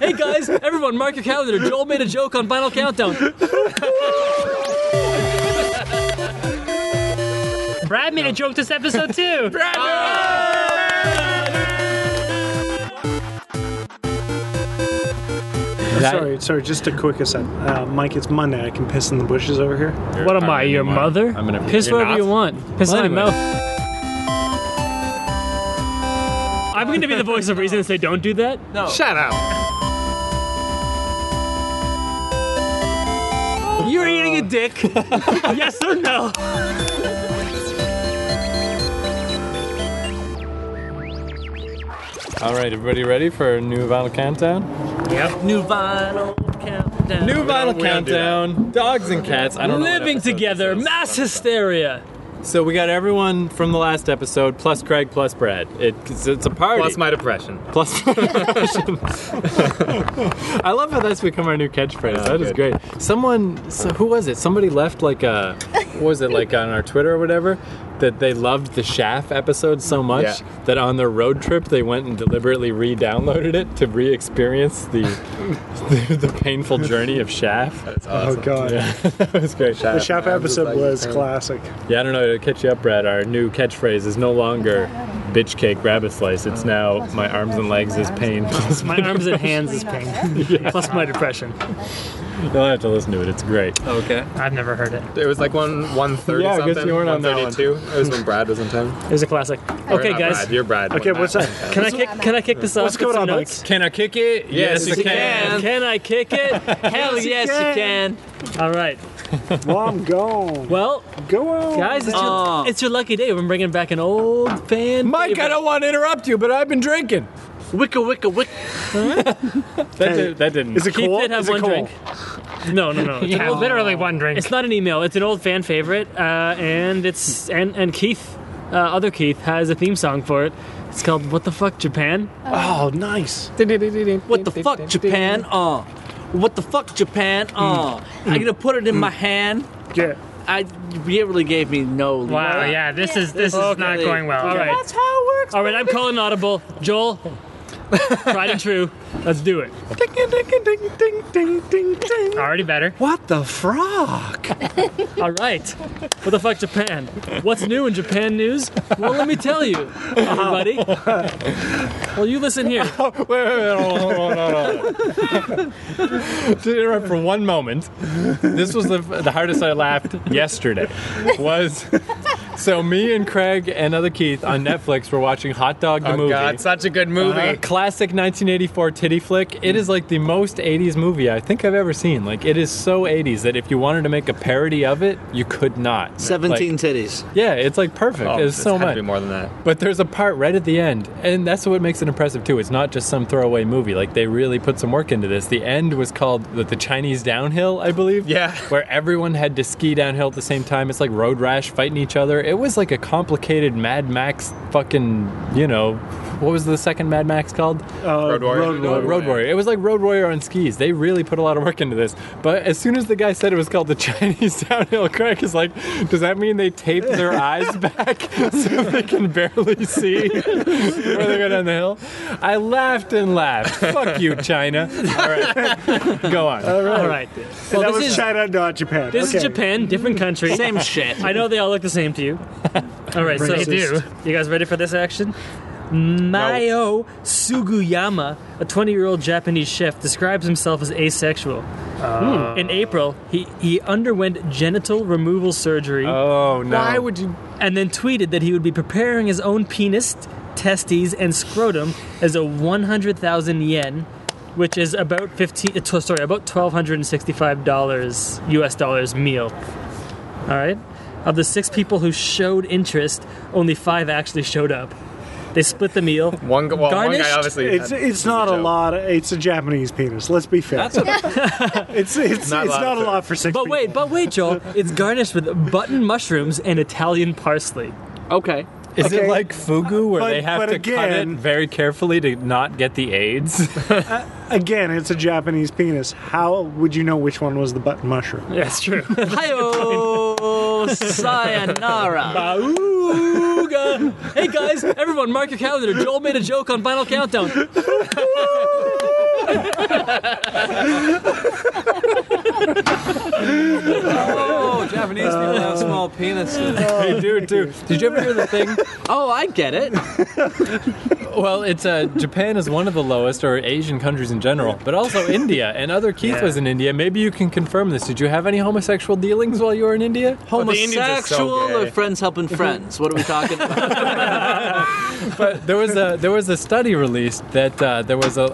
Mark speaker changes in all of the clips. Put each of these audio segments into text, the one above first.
Speaker 1: hey guys, everyone, mark your calendar. Joel made a joke on Final Countdown.
Speaker 2: Brad made a joke this episode too.
Speaker 3: sorry, sorry. Just a quick aside, uh, Mike. It's Monday. I can piss in the bushes over here.
Speaker 2: what am I, your mother?
Speaker 4: I'm gonna
Speaker 1: Piss
Speaker 4: You're
Speaker 1: wherever
Speaker 4: not?
Speaker 1: you want. Piss in my
Speaker 2: Anyway.
Speaker 1: mouth.
Speaker 2: I'm going to be the voice of reason and say don't do that.
Speaker 1: No.
Speaker 3: Shut up.
Speaker 1: You're eating a dick.
Speaker 2: yes or no?
Speaker 4: All right, everybody, ready for a new vinyl countdown?
Speaker 1: New vinyl countdown.
Speaker 4: New vinyl
Speaker 5: we don't do
Speaker 4: countdown. Dogs and cats. I don't know what
Speaker 1: Living
Speaker 4: episode
Speaker 1: together,
Speaker 4: this is.
Speaker 1: mass hysteria.
Speaker 4: So we got everyone from the last episode, plus Craig, plus Brad. It, it's, it's a party.
Speaker 5: Plus my depression.
Speaker 4: Plus, I love how that's become our new catchphrase. That is
Speaker 5: good.
Speaker 4: great. Someone, so who was it? Somebody left like a, what was it like on our Twitter or whatever, that they loved the Shaft episode so much
Speaker 5: Yeah.
Speaker 4: that on their road trip they went and deliberately re-downloaded it to re-experience the the, the painful journey of Shaft.
Speaker 5: That's
Speaker 3: Oh
Speaker 5: awesome.
Speaker 3: God.
Speaker 4: that was great.
Speaker 3: The shop episode was classic.
Speaker 4: Yeah, I don't know to catch you up, Brad. Our new catchphrase is no longer "bitch cake rabbit slice." It's now "my arms and legs is pain." Plus
Speaker 2: My arms and hands is pain. Plus my depression.
Speaker 4: You'll have to listen to it. It's great.
Speaker 5: Okay.
Speaker 2: I've never heard it.
Speaker 5: It was like one one thirty
Speaker 4: Yeah, I guess
Speaker 5: something.
Speaker 4: you weren't on that one.
Speaker 5: 132. It was when Brad was in town.
Speaker 2: It was a classic. Okay,
Speaker 5: Or not
Speaker 2: guys.
Speaker 5: Brad, you're Brad.
Speaker 3: Okay,
Speaker 5: when
Speaker 3: what's
Speaker 5: Matt-
Speaker 3: up?
Speaker 2: Can I kick? Can I kick this off?
Speaker 3: What's going on, Mike?
Speaker 4: Can I kick it?
Speaker 5: Yes, you can.
Speaker 1: Can I kick it? Hell yes, you can.
Speaker 2: All right.
Speaker 3: Mom, go on.
Speaker 1: Well,
Speaker 3: Go on.
Speaker 1: guys, it's your,
Speaker 5: Oh.
Speaker 1: it's your lucky day. We're bringing back an old fan.
Speaker 4: Mike, I
Speaker 1: favorite.
Speaker 4: don't want to interrupt you, but I've been drinking.
Speaker 1: Wicka, wicka, wicka.
Speaker 4: That,
Speaker 3: Hey,
Speaker 4: did, that didn't.
Speaker 3: Is it
Speaker 1: Keith
Speaker 3: cool?
Speaker 1: did have
Speaker 3: Is it
Speaker 1: one
Speaker 3: cool?
Speaker 1: drink.
Speaker 2: No, no, no. It's an old- literally one drink.
Speaker 1: It's not an email. It's an old fan favorite, uh, and it's and and Keith, uh, other Keith, has a theme song for it. It's called "What the Fuck Japan."
Speaker 3: Oh, nice.
Speaker 1: What the fuck Japan? Uh, what the fuck Japan? Uh,
Speaker 4: Hmm.
Speaker 1: I'm gonna put it in my hand.
Speaker 3: Yeah.
Speaker 1: I you really gave me no.
Speaker 2: Wow. Yeah. This is this is not
Speaker 1: Okay.
Speaker 2: going well.
Speaker 1: All right.
Speaker 2: That's how it works.
Speaker 1: All right, I'm calling audible. Joel, tried and true. Let's do it.
Speaker 3: Ding, ding, ding, ding, ding, ding, ding.
Speaker 2: Already better.
Speaker 3: What the frog?
Speaker 1: All right. What the fuck, Japan? What's new in Japan news? Well, let me tell you, everybody. Well, you listen here.
Speaker 4: wait, wait, wait, hold on, hold on, hold on. to interrupt for one moment, this was the, the hardest I laughed yesterday. Was so me and Craig and other Keith on Netflix were watching Hot Dog the
Speaker 5: Oh
Speaker 4: movie.
Speaker 5: God, such a good movie.
Speaker 4: Uh, classic 1984 titty flick. It is like the most 80s movie I think I've ever seen. Like it is so 80s that if you wanted to make a parody of it, you could not.
Speaker 6: Seventeen
Speaker 4: Like,
Speaker 6: titties.
Speaker 4: yeah, it's like perfect.
Speaker 5: Oh,
Speaker 4: There's
Speaker 5: it's
Speaker 4: so
Speaker 5: had to
Speaker 4: much.
Speaker 5: be more than that.
Speaker 4: But there's a part right at the end, and that's what makes it impressive too. It's not just some throwaway movie. Like they really put some work into this. The end was called the, the Chinese downhill, I believe.
Speaker 5: Yeah.
Speaker 4: Where everyone had to ski downhill at the same time. It's like road rash fighting each other. It was like a complicated Mad Max fucking, you know, what was the second Mad Max called?
Speaker 3: Uh,
Speaker 5: Road Warrior.
Speaker 3: Road
Speaker 4: Road, Road Warrior. It was like Road Warrior on skis. They really put a lot of work into this. But as soon as the guy said it was called the Chinese downhill, Craig is like, "Does that mean they tape their eyes back so they can barely see where they go down the hill?" I laughed and laughed. Fuck you, China. All right, go on.
Speaker 1: Uh,
Speaker 2: All right.
Speaker 3: Well, that
Speaker 1: this
Speaker 3: was
Speaker 1: is-
Speaker 3: China, not Japan.
Speaker 1: This
Speaker 3: Okay.
Speaker 1: is Japan, different country.
Speaker 6: Same shit.
Speaker 1: I know they all look the same to you. All right, so
Speaker 2: They do.
Speaker 1: You guys ready for this action? Mayo Sugiyama, a 20-year-old Japanese chef, describes himself as asexual. In April, he, he underwent genital removal surgery
Speaker 4: Oh no!
Speaker 5: Why would you?
Speaker 1: and then tweeted that he would be preparing his own penis, testes, and scrotum as a 100,000 yen, which is about 15 uh, tw- sorry, about 1265 dollars US dollars meal. All right? Of the 6 people who showed interest, only 5 actually showed up. They split the meal.
Speaker 5: One, gu- well, one
Speaker 1: Garnished?
Speaker 5: guy obviously.
Speaker 3: It's
Speaker 5: had-
Speaker 3: it's not a
Speaker 5: joke.
Speaker 3: lot. Of, it's a Japanese penis. Let's be fair. it's it's
Speaker 5: Not a
Speaker 3: it's
Speaker 5: lot
Speaker 3: not a
Speaker 5: of
Speaker 3: lot for six.
Speaker 1: But
Speaker 3: people.
Speaker 1: wait, but wait, Joel. It's garnished with button mushrooms and Italian parsley.
Speaker 6: Okay.
Speaker 4: Is it
Speaker 3: okay.
Speaker 4: like fugu where
Speaker 3: But-
Speaker 4: they have
Speaker 3: but
Speaker 4: to cut it
Speaker 3: again-
Speaker 4: very carefully to not get the AIDS?
Speaker 3: again, it's a Japanese penis. How would you know which one was the button mushroom?
Speaker 2: That's true.
Speaker 1: Hiyo, sayonara. Bauga. Hey guys, everyone, mark your calendar. Joel made a joke on Final Countdown.
Speaker 6: Oh, Japanese people have small penises.
Speaker 3: Oh,
Speaker 4: Hey, dude, dude, did you ever hear the thing?
Speaker 6: Oh, I get it.
Speaker 4: Well, it's uh, Japan is one of the lowest, or Asian countries in general, but also India. And other Keith was in India. Maybe you can confirm this. Did you have any homosexual dealings while you were in India?
Speaker 5: the Indians are so
Speaker 6: Homosexual
Speaker 5: gay.
Speaker 6: or friends helping friends? What are we talking about?
Speaker 4: But there was a there was a study released that uh, there was a,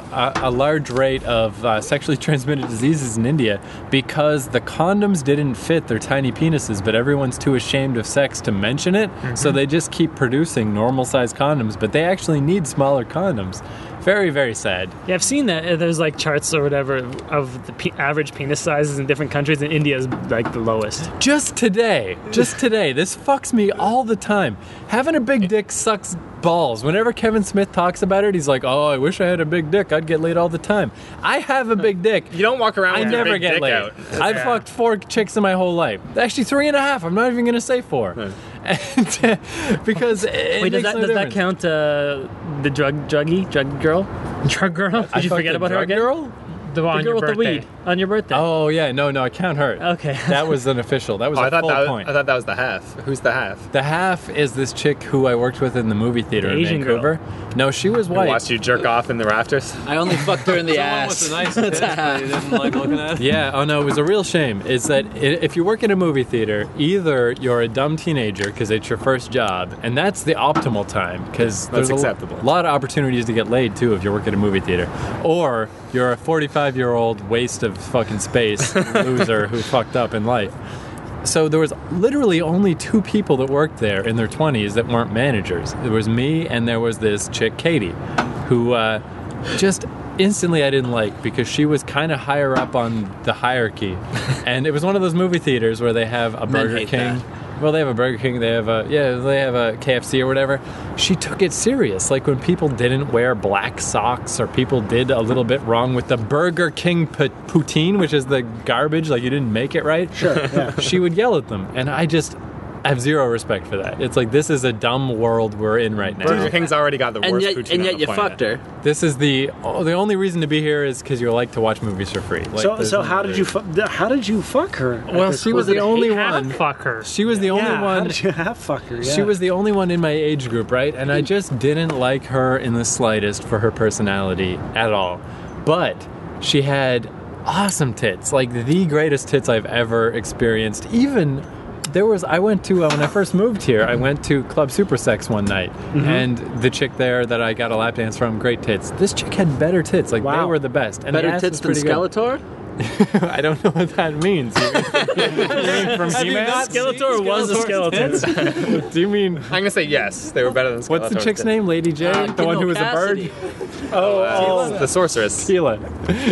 Speaker 4: a, a large rate of uh, sexually transmitted diseases in India because the condoms didn't fit their tiny penises, but everyone's too ashamed of sex to mention it, so they just keep producing normal sized condoms, but they actually need smaller condoms. Very very sad.
Speaker 2: Yeah, I've seen that. Uh, There's like charts or whatever of the pe- average penis sizes in different countries, and India is like the lowest.
Speaker 4: Just today, just today, this fucks me all the time. Having a big dick sucks balls. Whenever Kevin Smith talks about it, he's like, "Oh, I wish I had a big dick. I'd get laid all the time." I have a big dick.
Speaker 5: You don't walk around
Speaker 4: I
Speaker 5: with your
Speaker 4: never
Speaker 5: big
Speaker 4: get
Speaker 5: dick
Speaker 4: laid.
Speaker 5: out.
Speaker 4: I fucked four chicks in my whole life. Actually, three and a half. I'm not even gonna say four, and, because it it
Speaker 1: Wait, does
Speaker 4: makes
Speaker 1: that
Speaker 4: no
Speaker 1: does that
Speaker 4: difference.
Speaker 1: count uh, the drug druggie drug girl drug girl? Did
Speaker 4: I
Speaker 1: you
Speaker 4: fucked
Speaker 1: forget
Speaker 4: a
Speaker 1: about her
Speaker 4: drug
Speaker 1: again?
Speaker 4: Girl?
Speaker 2: The
Speaker 1: The
Speaker 2: one
Speaker 1: girl with the weed on your birthday.
Speaker 4: Oh yeah, no, no, I count her.
Speaker 1: Okay.
Speaker 4: that was an official. That was
Speaker 5: Oh,
Speaker 4: a
Speaker 5: I thought
Speaker 4: full
Speaker 5: that was,
Speaker 4: point.
Speaker 5: I thought that was the half. Who's the half?
Speaker 4: The half is this chick who I worked with in the movie theater
Speaker 2: The
Speaker 4: in
Speaker 2: Asian girl.
Speaker 4: Vancouver. No, she was
Speaker 5: I
Speaker 4: white.
Speaker 5: watched you jerk off in the rafters.
Speaker 6: I only fucked her in the ass.
Speaker 5: with a
Speaker 6: nice tits, but you didn't like looking at it.
Speaker 4: Yeah, oh no, it was a real shame. Is that i- if you work in a movie theater, either you're a dumb teenager because it's your first job, and that's the optimal time because there's
Speaker 5: acceptable.
Speaker 4: a lot of opportunities to get laid too if you work at a movie theater, or you're a 45 year old waste of fucking space loser who fucked up in life. So there was literally only two people that worked there in their 20s that weren't managers. There was me and there was this chick Katie, who uh, just instantly I didn't like because she was kind of higher up on the hierarchy, and it was one of those movie theaters where they have a Burger
Speaker 6: hate
Speaker 4: King. Well, they have a Burger King. They have a yeah. They have a KFC or whatever. She took it serious, like when people didn't wear black socks or people did a little bit wrong with the Burger King put- poutine, which is the garbage. Like you didn't make it right. Sure she would yell at them, and I just have zero respect for that. It's like this is a dumb world we're in right now.
Speaker 5: Burger King's already got the worst
Speaker 6: And yet,
Speaker 5: poutine
Speaker 6: and
Speaker 5: on
Speaker 6: yet
Speaker 5: the
Speaker 6: you
Speaker 5: planet.
Speaker 6: fucked her.
Speaker 4: This is the oh, the only reason to be here is because you like to watch movies for free. Like,
Speaker 3: so,
Speaker 4: there's
Speaker 3: so
Speaker 4: no
Speaker 3: how
Speaker 4: other-
Speaker 3: did you fu- how did you fuck her? at
Speaker 4: Well,
Speaker 3: this
Speaker 4: she was
Speaker 3: point?
Speaker 4: the only
Speaker 2: Half
Speaker 4: one.
Speaker 2: fucker.
Speaker 4: She was the only
Speaker 3: yeah, How
Speaker 4: one.
Speaker 3: did you have fuck her? Yeah.
Speaker 4: She was the only one in my age group, right? And I just didn't like her in the slightest for her personality at all. But she had awesome tits, like the greatest tits I've ever experienced. Even there was, I went to, uh, when I first moved here, I went to Club Supersex one night. And the chick there that I got a lap dance from, great tits. This chick had better tits. Like, they
Speaker 3: Wow.
Speaker 4: were the best. And the
Speaker 6: Better
Speaker 4: ass
Speaker 6: tits
Speaker 4: was
Speaker 6: than
Speaker 4: pretty good.
Speaker 6: Skeletor?
Speaker 4: I don't know what that means. You mean- you mean from He-Man?
Speaker 1: Skeletor was a skeleton.
Speaker 4: Do you mean
Speaker 5: I'm gonna say yes. They were better than
Speaker 4: What's the
Speaker 5: Skeletor's
Speaker 4: chick's
Speaker 5: dick.
Speaker 4: name? Lady J,
Speaker 6: Uh,
Speaker 2: Uh,
Speaker 4: the one who was a bird.
Speaker 6: Cassidy.
Speaker 5: Uh,
Speaker 4: Oh.
Speaker 5: the sorceress.
Speaker 4: Tila.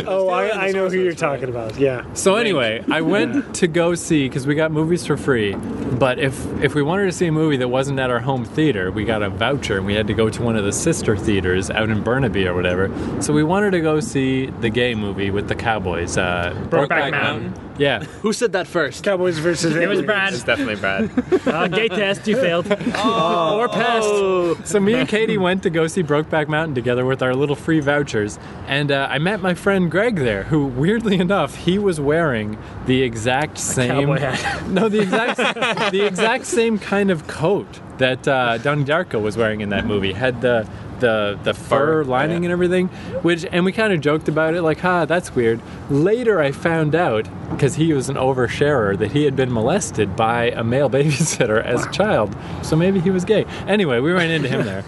Speaker 3: Oh, I, I know who you're talking about. Yeah.
Speaker 4: So anyway, I went to go see because we got movies for free. But if if we wanted to see a movie that wasn't at our home theater, we got a voucher and we had to go to one of the sister theaters out in Burnaby or whatever. So we wanted to go see the gay movie with the cowboys, uh,
Speaker 2: Brokeback Mountain.
Speaker 4: Yeah,
Speaker 6: Who said that first?
Speaker 3: Cowboys versus.
Speaker 2: It was
Speaker 3: aliens.
Speaker 2: Brad.
Speaker 5: It's definitely Brad.
Speaker 2: Uh, gay test, you failed. or passed.
Speaker 4: So me and Katie went to go see Brokeback Mountain together with our little free vouchers, and uh, I met my friend Greg there, who weirdly enough he was wearing the exact same
Speaker 2: cowboy hat.
Speaker 4: no the exact the exact same kind of coat that uh, Donnie Darko was wearing in that movie had the the the fur
Speaker 5: Fur,
Speaker 4: lining
Speaker 5: yeah.
Speaker 4: and everything, which and we kind of joked about it like ha that's weird. Later I found out because he was an oversharer that he had been molested by a male babysitter as a child, so maybe he was gay. Anyway, we ran into him there.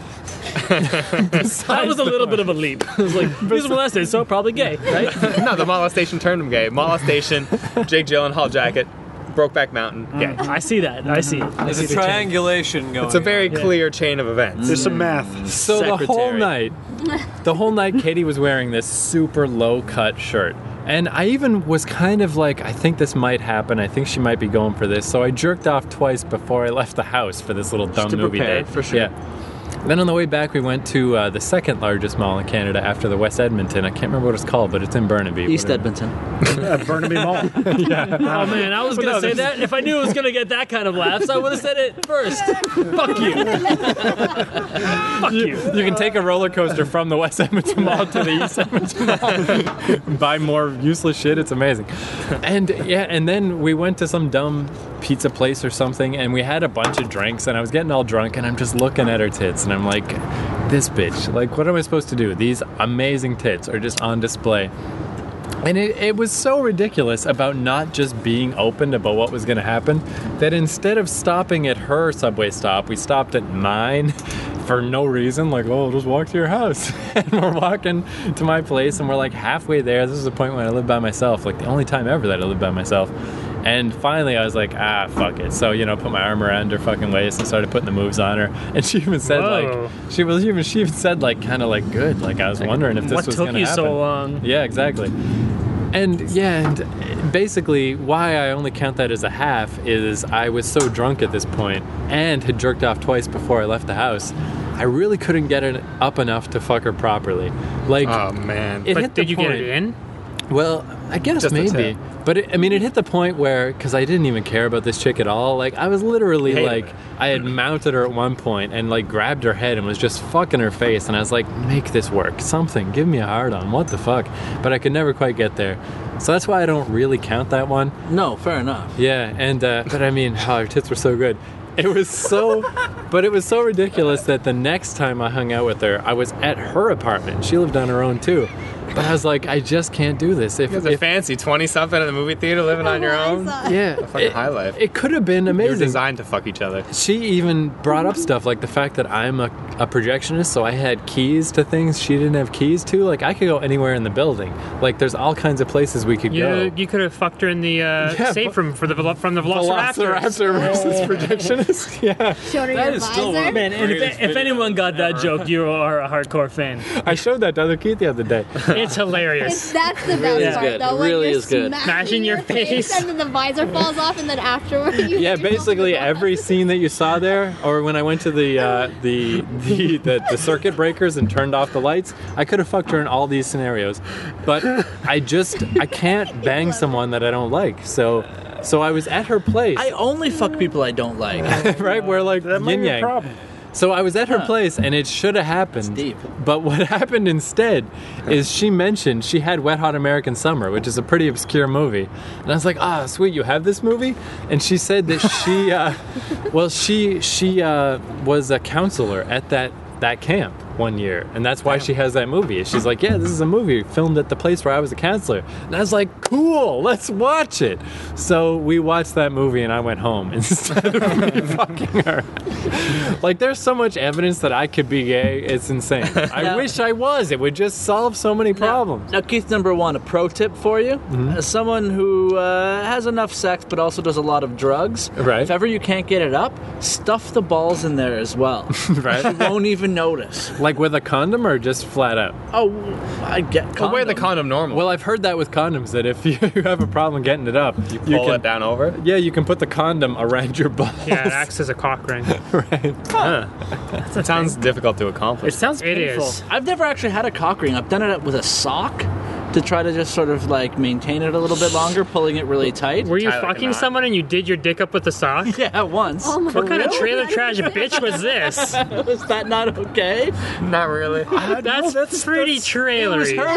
Speaker 2: That was a little bit of a leap. It was like, he's molested, so probably gay, right?
Speaker 5: no, the molestation turned him gay. Molestation, Jake Gyllenhaal jacket, Brokeback Mountain, gay.
Speaker 2: I see that. I see it. I
Speaker 6: There's
Speaker 2: see
Speaker 6: a
Speaker 2: the change.
Speaker 6: triangulation going
Speaker 5: It's a very
Speaker 2: Yeah.
Speaker 5: clear chain of events.
Speaker 3: There's some math.
Speaker 4: So the whole
Speaker 6: Secretary.
Speaker 4: night, the whole night, Katie was wearing this super low cut shirt. And I even was kind of like, I think this might happen. I think she might be going for this. So I jerked off twice before I left the house for this little dumb
Speaker 6: to
Speaker 4: movie
Speaker 6: prepare,
Speaker 4: day.
Speaker 6: for sure.
Speaker 4: Yeah. Then on the way back, we went to uh, the second largest mall in Canada after the West Edmonton. I can't remember what it's called, but it's in Burnaby.
Speaker 7: East
Speaker 4: Whatever.
Speaker 7: Edmonton.
Speaker 3: At Burnaby Mall.
Speaker 1: Oh man, I was gonna say that if I knew it was gonna get that kind of laughs, I would have said it first. Fuck you. Fuck you.
Speaker 4: You can take a roller coaster from the West Edmonton Mall to the East Edmonton Mall. Buy more useless shit. It's amazing. And yeah, and then we went to some dumb pizza place or something, and we had a bunch of drinks, and I was getting all drunk, and I'm just looking at her tits, and I'm like, this bitch. Like, what am I supposed to do? These amazing tits are just on display. And it, it was so ridiculous about not just being open about what was going to happen that instead of stopping at her subway stop, we stopped at mine for no reason. Like, oh, just walk to your house. and we're walking to my place and we're like halfway there. This is the point when I lived by myself, like the only time ever that I lived by myself. And finally, I was like, ah, fuck it. So, you know, put my arm around her fucking waist and started putting the moves on her. And she even said,
Speaker 1: Whoa.
Speaker 4: like, she was even, she even said, like, kind of like, good. Like, I was wondering if this
Speaker 1: What
Speaker 4: was
Speaker 1: took
Speaker 4: going to
Speaker 1: you
Speaker 4: happen.
Speaker 1: so long?
Speaker 4: Yeah, exactly. And yeah, and basically, why I only count that as a half is I was so drunk at this point and had jerked off twice before I left the house. I really couldn't get it up enough to fuck her properly. Like,
Speaker 5: Oh man.
Speaker 4: it hit
Speaker 2: But
Speaker 4: the
Speaker 2: did you
Speaker 4: point.
Speaker 2: get it in?
Speaker 4: Well, I guess
Speaker 5: Just a
Speaker 4: maybe.
Speaker 5: tip.
Speaker 4: But it, I mean, it hit the point where, because I didn't even care about this chick at all. Like, I was literally
Speaker 5: Hated
Speaker 4: like,
Speaker 5: her.
Speaker 4: I had mounted her at one point and like grabbed her head and was just fucking her face. And I was like, make this work. Something. Give me a hard on. What the fuck? But I could never quite get there. So that's why I don't really count that one.
Speaker 7: No, fair enough.
Speaker 4: Yeah, and uh, but I mean, oh, her tits were so good. It was so, but it was so ridiculous that the next time I hung out with her, I was at her apartment. She lived on her own too, but I was like, I just can't do this. If,
Speaker 5: You guys are
Speaker 4: if
Speaker 5: fancy, twenty something in the movie theater, living on your own.
Speaker 4: yeah,
Speaker 5: Fucking
Speaker 4: it,
Speaker 5: high life.
Speaker 4: it could have been
Speaker 5: You're
Speaker 4: amazing.
Speaker 5: designed to fuck each other.
Speaker 4: She even brought up stuff like the fact that I'm a, a projectionist, so I had keys to things she didn't have keys to. Like I could go anywhere in the building. Like there's all kinds of places we could
Speaker 2: You,
Speaker 4: go.
Speaker 2: you could have fucked her in the uh,
Speaker 4: Yeah,
Speaker 2: safe
Speaker 4: but-
Speaker 2: room for the velo- from the Velociraptor.
Speaker 4: Velociraptor versus projectionist. Yeah.
Speaker 8: Showed her your
Speaker 4: is
Speaker 8: visor.
Speaker 4: still one of
Speaker 1: Man, and if, if anyone got that joke, you are a hardcore fan.
Speaker 4: I showed that to other Keith the other day.
Speaker 2: It's
Speaker 8: It's,
Speaker 2: hilarious.
Speaker 8: that's the best
Speaker 7: is
Speaker 8: part,
Speaker 7: good.
Speaker 8: though.
Speaker 7: It
Speaker 8: when
Speaker 7: really
Speaker 8: you're
Speaker 7: is good.
Speaker 8: smashing
Speaker 2: Smashing your face.
Speaker 8: and then the visor falls off, and then afterwards.
Speaker 4: Yeah,
Speaker 8: You hit yourself
Speaker 4: basically
Speaker 8: with the-
Speaker 4: every scene that you saw there, or when I went to the uh, the, the the the circuit breakers and turned off the lights, I could have fucked her in all these scenarios, but I just I can't bang someone that I don't like. So so I was at her place,
Speaker 7: I only fuck people I don't like.
Speaker 4: right? Where like
Speaker 3: That might
Speaker 4: yin
Speaker 3: be a
Speaker 4: yang.
Speaker 3: problem.
Speaker 4: So I was at her place, and it should have happened.
Speaker 7: It's deep.
Speaker 4: But what happened instead is she mentioned she had Wet Hot American Summer, which is a pretty obscure movie, and I was like, ah, sweet, you have this movie. And she said that she, uh, well, she she uh, was a counselor at that that camp one year, and that's why she has that movie. She's like, yeah, this is a movie filmed at the place where I was a counselor, and I was like, cool, let's watch it. So we watched that movie, and I went home instead of me fucking her. Like, there's so much evidence that I could be gay. It's insane. I
Speaker 7: No.
Speaker 4: wish I was. It would just solve so many problems.
Speaker 7: Now, Keith, number one, a pro tip for you: As someone who uh, has enough sex but also does a lot of drugs.
Speaker 4: Right.
Speaker 7: If ever you can't get it up, stuff the balls in there as well.
Speaker 4: Right?
Speaker 7: you won't even notice.
Speaker 4: like with a condom or just flat out?
Speaker 7: Oh, I get.
Speaker 5: But wear the
Speaker 7: condom.
Speaker 5: condom normal.
Speaker 4: Well, I've heard that with condoms that if you have a problem getting it up, you,
Speaker 5: pull
Speaker 4: can,
Speaker 5: it down over.
Speaker 4: Yeah, you can put the condom around your balls.
Speaker 2: yeah, it acts as a cock ring.
Speaker 5: It sounds difficult to accomplish.
Speaker 1: It sounds
Speaker 2: It
Speaker 1: painful.
Speaker 2: is.
Speaker 7: I've never actually had a cock ring. I've done it with a sock to try to just sort of like maintain it a little bit longer, pulling it really tight.
Speaker 2: Were you
Speaker 5: Tyler
Speaker 2: fucking
Speaker 5: cannot.
Speaker 2: someone and you did your dick up with a sock?
Speaker 7: yeah, once.
Speaker 8: Oh my
Speaker 2: What kind of
Speaker 8: God.
Speaker 2: trailer trash bitch was this?
Speaker 7: Was that not okay?
Speaker 5: Not really.
Speaker 2: That's, pretty trailery.
Speaker 7: her-
Speaker 8: Yeah,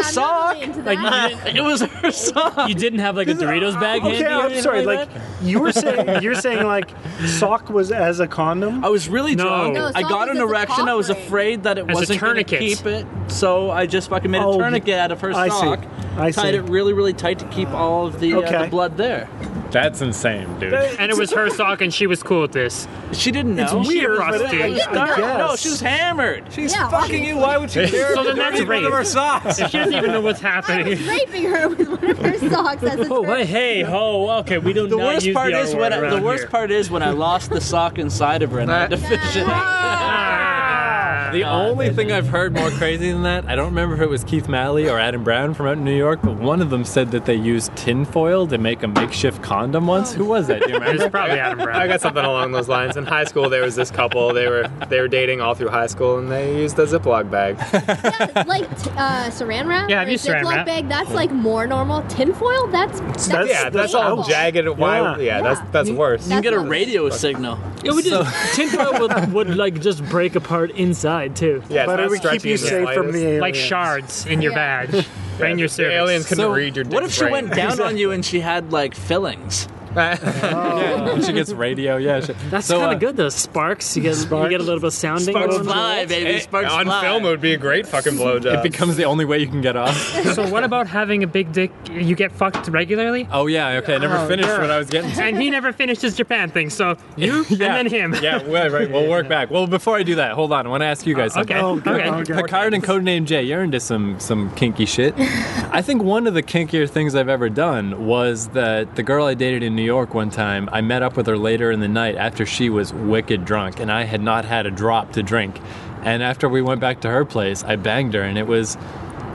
Speaker 8: I'm not
Speaker 7: sock.
Speaker 8: really into
Speaker 1: Like,
Speaker 8: that.
Speaker 1: you didn't,
Speaker 7: It was her sock.
Speaker 1: you didn't have like a Doritos bag handy
Speaker 3: Okay,
Speaker 1: or
Speaker 3: I'm
Speaker 1: anything
Speaker 3: sorry.
Speaker 1: like
Speaker 3: Like
Speaker 1: that?
Speaker 3: you were saying, you're saying like sock was as a condom.
Speaker 7: I was really
Speaker 2: No.
Speaker 7: drunk.
Speaker 2: No,
Speaker 8: sock
Speaker 7: I got
Speaker 8: was
Speaker 7: an
Speaker 8: as a
Speaker 7: erection.
Speaker 8: cock
Speaker 7: I was
Speaker 8: ring.
Speaker 7: afraid that it
Speaker 2: a
Speaker 7: wasn't going to
Speaker 2: tourniquet.
Speaker 7: keep it, so I just fucking made a
Speaker 3: Oh,
Speaker 7: tourniquet out of her
Speaker 3: I see.
Speaker 7: sock.
Speaker 3: I
Speaker 7: tied
Speaker 3: see.
Speaker 7: it really, really tight to keep all of the, uh,
Speaker 3: Okay.
Speaker 7: the blood there.
Speaker 4: That's insane, dude.
Speaker 2: And it was her sock and she was cool with this.
Speaker 7: She didn't know.
Speaker 2: She a prostitute.
Speaker 8: I- I
Speaker 7: No, no,
Speaker 3: guess.
Speaker 7: she was hammered. She's
Speaker 8: Yeah,
Speaker 6: Fucking you! Why would you care?
Speaker 2: So then that's rape.
Speaker 6: One of our socks.
Speaker 2: She doesn't even know what's
Speaker 8: I
Speaker 2: happening.
Speaker 8: was raping her with one of her socks as a
Speaker 1: Oh, wait, hey, ho, okay, we don't
Speaker 7: The
Speaker 1: not
Speaker 7: worst
Speaker 1: use
Speaker 7: part
Speaker 1: the
Speaker 7: is
Speaker 1: R
Speaker 7: when
Speaker 1: word
Speaker 7: I,
Speaker 1: around
Speaker 7: the worst
Speaker 1: here.
Speaker 7: part is when I lost the sock inside of her and I had to
Speaker 8: Yeah.
Speaker 7: fish it out.
Speaker 2: Ah.
Speaker 1: Yeah,
Speaker 4: the
Speaker 1: no,
Speaker 4: only
Speaker 1: it-
Speaker 4: thing
Speaker 1: it-
Speaker 4: I've heard more crazy than that, I don't remember if it was Keith Malley or Adam Brown from out in New York, but one of them said that they used tinfoil to make a makeshift condom once. Who was that? Do you
Speaker 2: It was
Speaker 4: remember?
Speaker 2: probably Adam
Speaker 5: I
Speaker 2: Brown.
Speaker 5: got something along those lines. In high school, there was this couple. They were they were dating all through high school, and they used a Ziploc bag.
Speaker 8: Yeah, like t- uh, saran wrap.
Speaker 2: Yeah, I've
Speaker 8: or
Speaker 2: used
Speaker 8: Ziploc
Speaker 2: saran wrap.
Speaker 8: bag. That's like more normal. Tinfoil. That's that's,
Speaker 5: yeah, that's all
Speaker 8: painful.
Speaker 5: jagged. Why? Yeah,
Speaker 3: Yeah.
Speaker 5: that's that's worse.
Speaker 7: You can get a
Speaker 8: That's not-
Speaker 7: radio signal.
Speaker 1: Yeah, we just tinfoil would, would like just break apart inside too.
Speaker 5: yeah, it's
Speaker 3: But
Speaker 5: not
Speaker 3: it would keep
Speaker 5: stretchy
Speaker 3: you
Speaker 5: in the
Speaker 3: safe from the
Speaker 5: slightest.
Speaker 3: aliens.
Speaker 2: Like shards in your
Speaker 8: Yeah.
Speaker 2: badge, right in your
Speaker 5: The aliens
Speaker 2: service.
Speaker 5: couldn't read your.
Speaker 7: what if
Speaker 5: dick
Speaker 7: she
Speaker 5: brain.
Speaker 7: went down on you and she had like fillings?
Speaker 4: yeah, when she gets radio. Yeah, she,
Speaker 1: That's
Speaker 4: so,
Speaker 1: kind
Speaker 4: uh,
Speaker 1: of good though. Sparks, you get you get a little bit of sounding.
Speaker 7: Sparks
Speaker 1: going on.
Speaker 7: fly, baby. Sparks
Speaker 5: on
Speaker 7: fly.
Speaker 5: film, it would be a great fucking blowjob.
Speaker 4: It becomes the only way you can get off.
Speaker 2: So what about having a big dick? You get fucked regularly,
Speaker 4: Oh yeah, okay. I never finished
Speaker 2: yeah.
Speaker 4: what I was getting to.
Speaker 2: and he never finished his Japan thing. So you
Speaker 4: Yeah.
Speaker 2: and then him.
Speaker 4: Yeah, well, right. We'll work back. Well, before I do that, hold on. I want to ask you guys something.
Speaker 2: Okay. okay.
Speaker 3: oh, God.
Speaker 4: Picard and Codename J, you're into some some kinky shit. I think one of the kinkier things I've ever done was that the girl I dated in New York one time, I met up with her later in the night after she was wicked drunk and I had not had a drop to drink. And after we went back to her place, I banged her and it was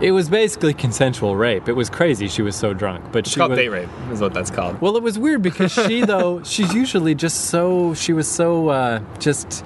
Speaker 4: it was basically consensual rape. It was crazy. She was so drunk, but
Speaker 5: it's
Speaker 4: she
Speaker 5: called
Speaker 4: was,
Speaker 5: date rape. Is what that's called.
Speaker 4: well, it was weird because she though she's usually just so she was so uh, just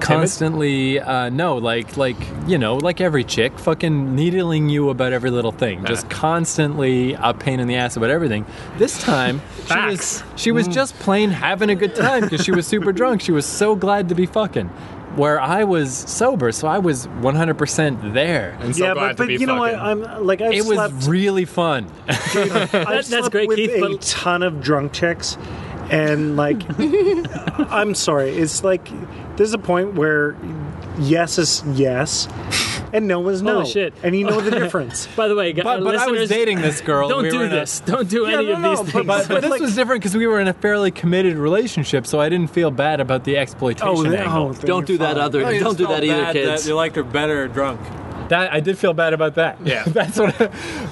Speaker 4: constantly uh, no like like you know like every chick fucking needling you about every little thing just constantly a pain in the ass about everything this time she was
Speaker 2: Facts.
Speaker 4: she was just plain having a good time because she was super drunk she was so glad to be fucking where I was sober so I was 100% there
Speaker 5: And so
Speaker 3: Yeah,
Speaker 5: glad
Speaker 3: but, but
Speaker 5: to be
Speaker 3: you know what?
Speaker 5: fucking.
Speaker 3: I'm like I've
Speaker 4: it
Speaker 3: slept.
Speaker 4: was really fun
Speaker 3: I've
Speaker 1: that's
Speaker 3: slept
Speaker 1: great,
Speaker 3: with
Speaker 1: Keith,
Speaker 3: a
Speaker 1: but-
Speaker 3: ton of drunk chicks, and like, I'm sorry. It's like there's a point where yes is yes, and no is no.
Speaker 1: Holy shit.
Speaker 3: And you know the difference.
Speaker 1: By the way, gu-
Speaker 4: but, but I was
Speaker 1: listeners,
Speaker 4: dating this girl
Speaker 1: Don't
Speaker 4: We were
Speaker 1: do
Speaker 4: in a-
Speaker 1: this. Don't do any
Speaker 3: no,
Speaker 1: of
Speaker 3: no,
Speaker 1: these
Speaker 3: but-
Speaker 1: things.
Speaker 4: But, but this
Speaker 3: like-
Speaker 4: was different because we were in a fairly committed relationship, so I didn't feel bad about Oh, the exploitation
Speaker 3: then-
Speaker 4: angle.
Speaker 3: then
Speaker 7: Don't
Speaker 3: you're
Speaker 7: do that
Speaker 3: fine.
Speaker 7: other.
Speaker 6: Oh, you
Speaker 7: don't
Speaker 6: just
Speaker 7: do
Speaker 6: felt
Speaker 7: that either,
Speaker 6: bad
Speaker 7: kids.
Speaker 6: That you liked her better drunk.
Speaker 4: That I did feel bad about that.
Speaker 5: Yeah.
Speaker 4: that's what. I,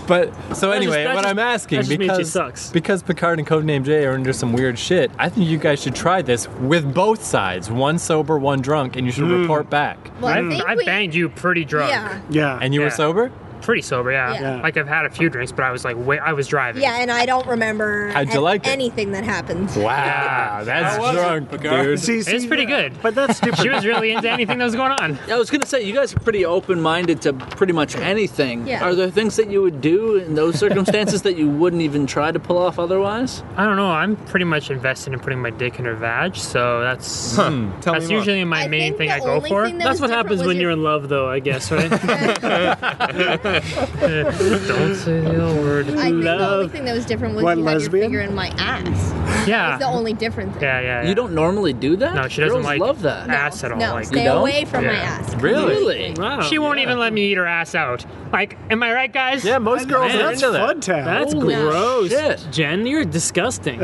Speaker 4: but so anyway,
Speaker 1: that
Speaker 4: what
Speaker 1: just-
Speaker 4: I'm asking
Speaker 1: that just means she
Speaker 4: because
Speaker 1: sucks.
Speaker 4: because Picard and Codename J are under some weird shit, I think you guys should try this with both sides, one sober, one drunk, and you should report back.
Speaker 8: Well,
Speaker 1: Mm,
Speaker 8: I,
Speaker 2: I,
Speaker 8: think
Speaker 2: I
Speaker 8: we-
Speaker 2: banged you pretty drunk.
Speaker 8: Yeah.
Speaker 3: Yeah.
Speaker 4: And you were
Speaker 2: Yeah.
Speaker 4: sober.
Speaker 2: Pretty sober, yeah.
Speaker 8: Yeah.
Speaker 2: Like I've had a few drinks, but I was like, wait, I was driving.
Speaker 8: Yeah, and I don't remember
Speaker 4: How'd you
Speaker 8: an-
Speaker 4: like it?
Speaker 8: anything that happened.
Speaker 4: Wow, that's
Speaker 6: How was it,
Speaker 4: drunk,
Speaker 6: Picard?
Speaker 4: dude.
Speaker 3: See,
Speaker 2: It's
Speaker 3: see,
Speaker 2: pretty good.
Speaker 3: But that's different.
Speaker 2: She was really into anything that was going on.
Speaker 7: I was gonna say you guys are pretty open-minded to pretty much anything.
Speaker 8: Yeah.
Speaker 7: Are there things that you would do in those circumstances that you wouldn't even try to pull off otherwise?
Speaker 2: I don't know. I'm pretty much invested in putting my dick in her vag, so that's
Speaker 4: Hmm.
Speaker 5: Tell
Speaker 2: that's
Speaker 5: me more.
Speaker 2: usually my
Speaker 8: I
Speaker 2: main
Speaker 8: think
Speaker 2: thing
Speaker 8: the
Speaker 2: I go
Speaker 8: only
Speaker 2: for.
Speaker 8: thing that
Speaker 1: That's
Speaker 8: was
Speaker 1: what
Speaker 8: different
Speaker 1: happens
Speaker 8: was
Speaker 1: when you're
Speaker 8: your-
Speaker 1: in love, though. I guess, right?
Speaker 2: Don't say the L
Speaker 8: I
Speaker 2: word.
Speaker 8: think the only
Speaker 1: Love.
Speaker 8: thing that was different was
Speaker 3: What,
Speaker 8: you had
Speaker 3: lesbian?
Speaker 8: your finger in my ass. It's the
Speaker 2: Yeah.
Speaker 8: only different thing.
Speaker 2: Yeah, yeah, yeah.
Speaker 7: You don't normally do that.
Speaker 2: No, she doesn't
Speaker 7: Girls
Speaker 2: like-
Speaker 7: love that.
Speaker 8: No,
Speaker 2: ass at all,
Speaker 8: No,
Speaker 2: like-
Speaker 8: stay
Speaker 7: You don't?
Speaker 8: away from my
Speaker 2: Yeah.
Speaker 8: ass.
Speaker 4: Really?
Speaker 7: Really?
Speaker 1: Wow.
Speaker 2: She won't even let me eat her ass out. Like, am I right, guys?
Speaker 4: Yeah, most girls are
Speaker 3: That's
Speaker 4: into that.
Speaker 3: Flood Town.
Speaker 1: That's
Speaker 7: Holy
Speaker 1: gross.
Speaker 7: shit.
Speaker 1: Jen, you're disgusting.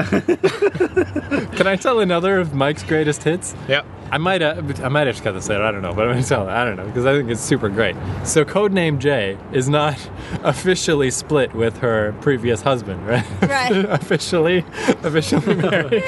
Speaker 4: Can I tell another of Mike's greatest hits?
Speaker 5: Yep.
Speaker 4: I might uh, I might have just cut this out. I don't know, but I'm gonna tell. I don't know because I think it's super great. So, Codename J is not officially split with her previous husband, right?
Speaker 8: Right.
Speaker 4: officially, officially married.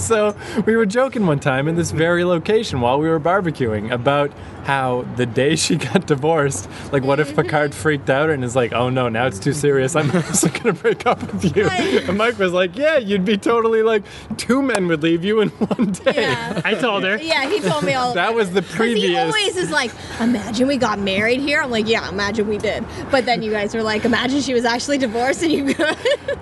Speaker 4: so we were joking one time in this very location while we were barbecuing about how the day she got divorced, like what if Picard freaked out and is like, "Oh no, now it's too serious. I'm also gonna break up with you."
Speaker 8: Right.
Speaker 4: And Mike was like, "Yeah, you'd be totally like two men would leave you in one day."
Speaker 8: Yeah.
Speaker 2: I told her.
Speaker 8: Yeah, he told me all
Speaker 4: That was the
Speaker 8: 'Cause He
Speaker 4: previous.
Speaker 8: always is like, imagine we got married here. I'm like, yeah, imagine we did. But then you guys were like, imagine she was actually divorced and you could.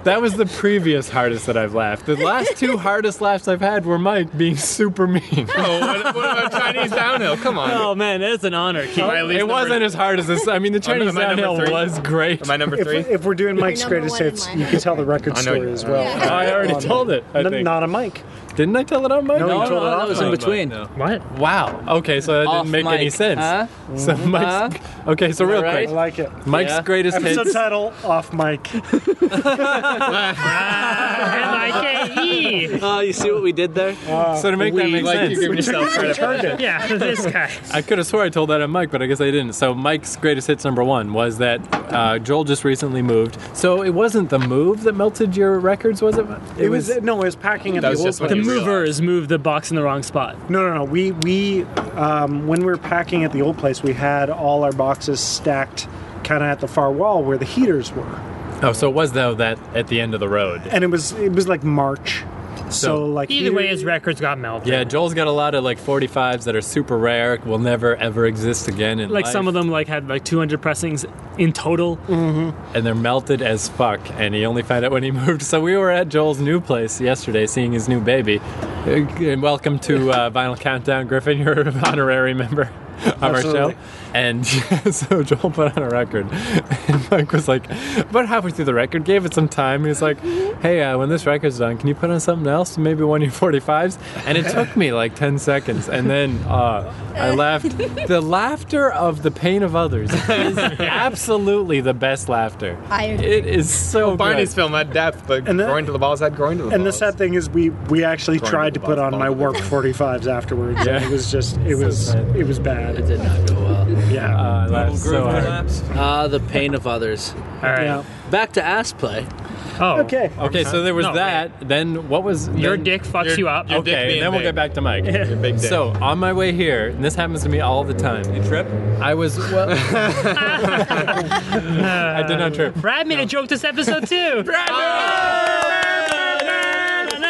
Speaker 4: That was the previous hardest that I've laughed. The last two hardest laughs I've had were Mike being super mean.
Speaker 5: Oh, what, what about Chinese downhill? Come on.
Speaker 1: oh man, that's an honor, Keith.
Speaker 5: Am I at least
Speaker 4: It
Speaker 5: number- Oh,
Speaker 4: wasn't as hard as this. I mean, the Chinese
Speaker 5: am I number
Speaker 4: downhill
Speaker 5: three?
Speaker 4: was great.
Speaker 5: Am I number
Speaker 3: if,
Speaker 5: three?
Speaker 3: if we're doing Mike's
Speaker 8: number
Speaker 3: greatest
Speaker 8: one in
Speaker 3: hits,
Speaker 8: mine.
Speaker 3: you can tell the record
Speaker 5: I know
Speaker 3: story
Speaker 5: you-
Speaker 3: as well.
Speaker 8: Yeah.
Speaker 4: Oh, I
Speaker 5: Oh,
Speaker 4: already told it. I
Speaker 3: N-
Speaker 4: think.
Speaker 3: not a mic.
Speaker 4: Didn't I tell it on Mike?
Speaker 3: No, you
Speaker 7: No,
Speaker 3: told
Speaker 7: no,
Speaker 3: it
Speaker 7: that
Speaker 3: off
Speaker 7: was in
Speaker 3: mic.
Speaker 7: between.
Speaker 2: What?
Speaker 4: Wow. Okay, so that
Speaker 7: Off
Speaker 4: didn't make any
Speaker 7: mic,
Speaker 4: sense.
Speaker 7: huh?
Speaker 4: So Mike's. Okay, so real
Speaker 7: right?
Speaker 4: quick.
Speaker 3: I like it.
Speaker 4: Mike's
Speaker 7: Yeah.
Speaker 4: greatest
Speaker 3: Episode
Speaker 4: hits.
Speaker 3: title off mic.
Speaker 2: M-I-K-E.
Speaker 7: Oh, you see what we did there?
Speaker 4: So to make that make
Speaker 5: like
Speaker 4: sense,
Speaker 5: you giving yourself credit. for that.
Speaker 2: Yeah, this guy.
Speaker 4: I could have swore I told that on Mike, but I guess I didn't. So Mike's greatest hits number one was that uh, Joel just recently moved. So it wasn't the move that melted your records, was it?
Speaker 3: It was no, it was packing at
Speaker 5: That
Speaker 3: the
Speaker 5: was
Speaker 3: old
Speaker 5: just when
Speaker 3: place.
Speaker 5: you in real life.
Speaker 2: movers moved the box in the wrong spot.
Speaker 3: No, no, no. We we um, when we were packing at the old place, we had all our boxes stacked kind of at the far wall where the heaters were,
Speaker 4: Oh, so it was though that at the end of the road.
Speaker 3: and it was it was like March, so,
Speaker 4: So-
Speaker 3: like
Speaker 1: Either way,
Speaker 3: heater-
Speaker 1: his records got melted.
Speaker 4: Yeah, Joel's got a lot of like 45s that are super rare, will never ever exist again. In
Speaker 2: Like
Speaker 4: life,
Speaker 2: some of them like had like 200 pressings in total.
Speaker 4: and they're melted as fuck. And he only found out when he moved. So we were at Joel's new place yesterday, seeing his new baby. Uh, And welcome to uh, Vinyl Countdown, Griffin. You're an honorary member of our
Speaker 3: Absolutely.
Speaker 4: show. And so Joel put on a record, and Mike was like, about halfway through the record, gave it some time. He was like, "Hey, uh, when this record's done, can you put on something else? Maybe one of your 45s?" And it took me like 10 seconds, and then uh, I laughed. The laughter of the pain of others is absolutely the best laughter.
Speaker 8: I agree.
Speaker 4: It is so
Speaker 5: Oh, Barney's
Speaker 4: good.
Speaker 5: film had depth, but
Speaker 3: And that-
Speaker 5: groin to the balls had groin to the balls.
Speaker 3: And the sad thing is, we we actually
Speaker 5: Throwing
Speaker 3: tried
Speaker 5: the
Speaker 3: to put
Speaker 5: bus
Speaker 3: on my
Speaker 5: bomb.
Speaker 3: work 45s afterwards. And
Speaker 4: Yeah.
Speaker 3: it was just it was
Speaker 4: bad.
Speaker 3: it was bad.
Speaker 7: It did not go well.
Speaker 3: Yeah.
Speaker 4: Uh, I laughed
Speaker 6: Little
Speaker 4: so
Speaker 6: groove
Speaker 4: hard.
Speaker 6: relapse.
Speaker 7: Ah, the pain of others.
Speaker 1: All right.
Speaker 3: yeah.
Speaker 7: Back to ass play.
Speaker 1: Oh.
Speaker 3: Okay.
Speaker 4: Okay, so there was
Speaker 1: No,
Speaker 4: that. Then what was
Speaker 1: Your
Speaker 4: then-
Speaker 1: dick fucks
Speaker 5: Your-
Speaker 1: you up.
Speaker 5: your dick
Speaker 4: Okay,
Speaker 5: being
Speaker 4: then we'll
Speaker 5: big.
Speaker 4: get back to Mike.
Speaker 5: Your big dick.
Speaker 4: So on my way here, and this happens to me all the time.
Speaker 6: Trip.
Speaker 4: I was well. I did not trip.
Speaker 1: Brad made a joke this episode too.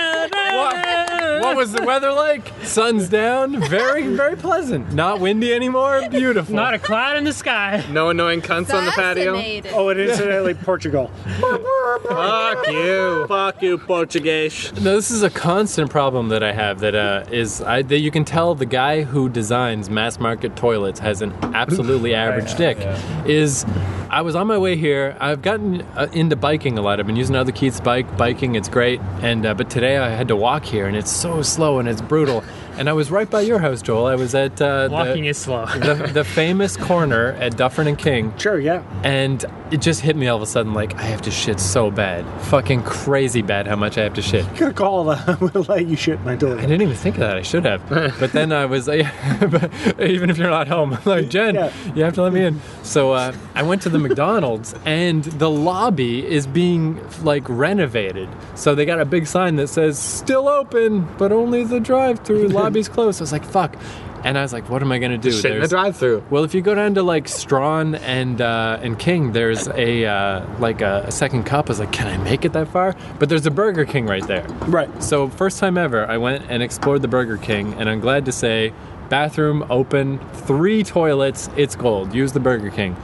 Speaker 4: What, what was the weather like? Sun's down. Very, very pleasant. Not windy anymore. Beautiful.
Speaker 1: Not a cloud in the sky.
Speaker 5: no annoying cunts on the patio.
Speaker 8: Fascinating.
Speaker 3: Oh, and incidentally, Portugal.
Speaker 5: Fuck you.
Speaker 7: Fuck you, Portuguese.
Speaker 4: No, this is a constant problem that I have. That uh, is, I, that you can tell the guy who designs mass market toilets has an absolutely average dick. Is I was on my way here. I've gotten uh, into biking a lot. I've been using other Keith's bike. Biking, it's great. And uh, but today I had to walk here, and it's so slow and it's brutal. And I was right by your house, Joel. I was at uh,
Speaker 1: Walking
Speaker 4: the,
Speaker 1: is slow.
Speaker 4: the, the famous corner at Dufferin and King.
Speaker 3: Sure. Yeah.
Speaker 4: And it just hit me all of a sudden like, I have to shit so bad. Fucking crazy bad how much I have to shit.
Speaker 3: Good call. I will let you shit my
Speaker 4: I
Speaker 3: delivery.
Speaker 4: didn't even think of that. I should have. But then I was, like, but even if you're not home, I'm like, Jen,
Speaker 3: Yeah.
Speaker 4: you have to let me in. So uh, I went to the McDonald's, and the lobby is being like renovated. So they got a big sign that says, still open, but only the drive through. Lobby's closed. I was like, fuck. And I was like, what am I going to do?
Speaker 5: Shit in the
Speaker 4: There's-
Speaker 5: drive-through.
Speaker 4: well, if you go down to like Strawn and uh, and King, there's a uh, like a, a second cup. I was like, can I make it that far? But there's a Burger King right there.
Speaker 3: Right.
Speaker 4: So first time ever, I went and explored the Burger King, and I'm glad to say, bathroom open, three toilets. It's gold. Use the Burger King,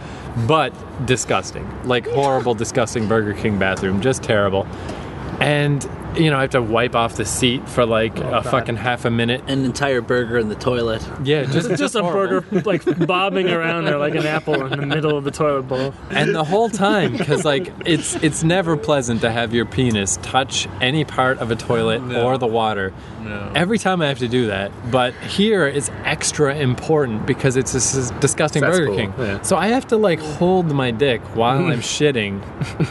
Speaker 4: but disgusting, like horrible, disgusting Burger King bathroom, just terrible. And you know, I have to wipe off the seat for like a fucking half a minute.
Speaker 7: An entire burger in the toilet.
Speaker 4: Yeah, just
Speaker 2: Just a
Speaker 4: horrible.
Speaker 2: burger like bobbing around there like an apple in the middle of the toilet bowl.
Speaker 4: and the whole time because like it's it's never pleasant to have your penis touch any part of a toilet or the water every time i have to do that but here it's extra important because it's this is disgusting burger
Speaker 5: Cesspool,
Speaker 4: king
Speaker 5: yeah.
Speaker 4: so i have to like hold my dick while i'm shitting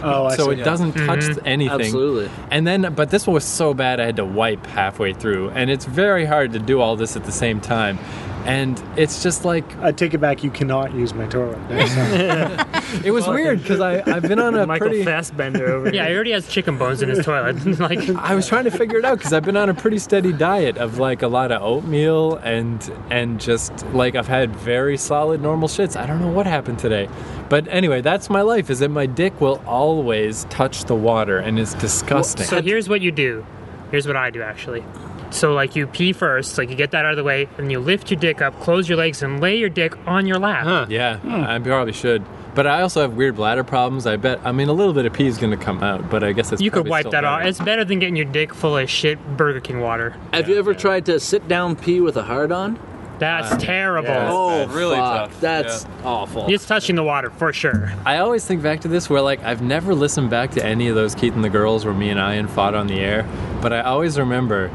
Speaker 3: Oh, I
Speaker 4: so
Speaker 3: see.
Speaker 4: it doesn't touch anything
Speaker 7: Absolutely.
Speaker 4: and then but this one was so bad i had to wipe halfway through and it's very hard to do all this at the same time and it's just like
Speaker 3: I take it back. You cannot use my toilet.
Speaker 4: it was weird because i've been on a
Speaker 2: Michael
Speaker 4: pretty
Speaker 2: Fassbender over
Speaker 1: Yeah, he
Speaker 2: here.
Speaker 1: already has chicken bones in his toilet. like,
Speaker 4: I was trying to figure it out because I've been on a pretty steady diet of like a lot of oatmeal and and just like I've had very solid normal shits. I don't know what happened today, but anyway, that's my life. Is that my dick will always touch the water and it's disgusting.
Speaker 1: so here's what you do. Here's what I do actually. So like you pee first, like you get that out of the way, and you lift your dick up, close your legs, and lay your dick on your lap.
Speaker 4: yeah,
Speaker 1: Hmm.
Speaker 4: I probably should. But I also have weird bladder problems. I bet. I mean, a little bit of pee is going to come out, but I guess it's
Speaker 1: You could
Speaker 4: probably
Speaker 1: wipe
Speaker 4: still
Speaker 1: that off.
Speaker 4: better.
Speaker 1: It's better than getting your dick full of shit Burger King water.
Speaker 7: Have you ever tried to sit down pee with a hard on?
Speaker 1: That's terrible.
Speaker 4: yeah.
Speaker 1: Oh,
Speaker 7: Oh,
Speaker 6: bad. Really
Speaker 7: fuck.
Speaker 6: tough.
Speaker 7: That's awful.
Speaker 1: It's touching the water for sure.
Speaker 4: I always think back to this where like I've never listened back to any of those Keith and the girls where me and Ian fought on the air, but I always remember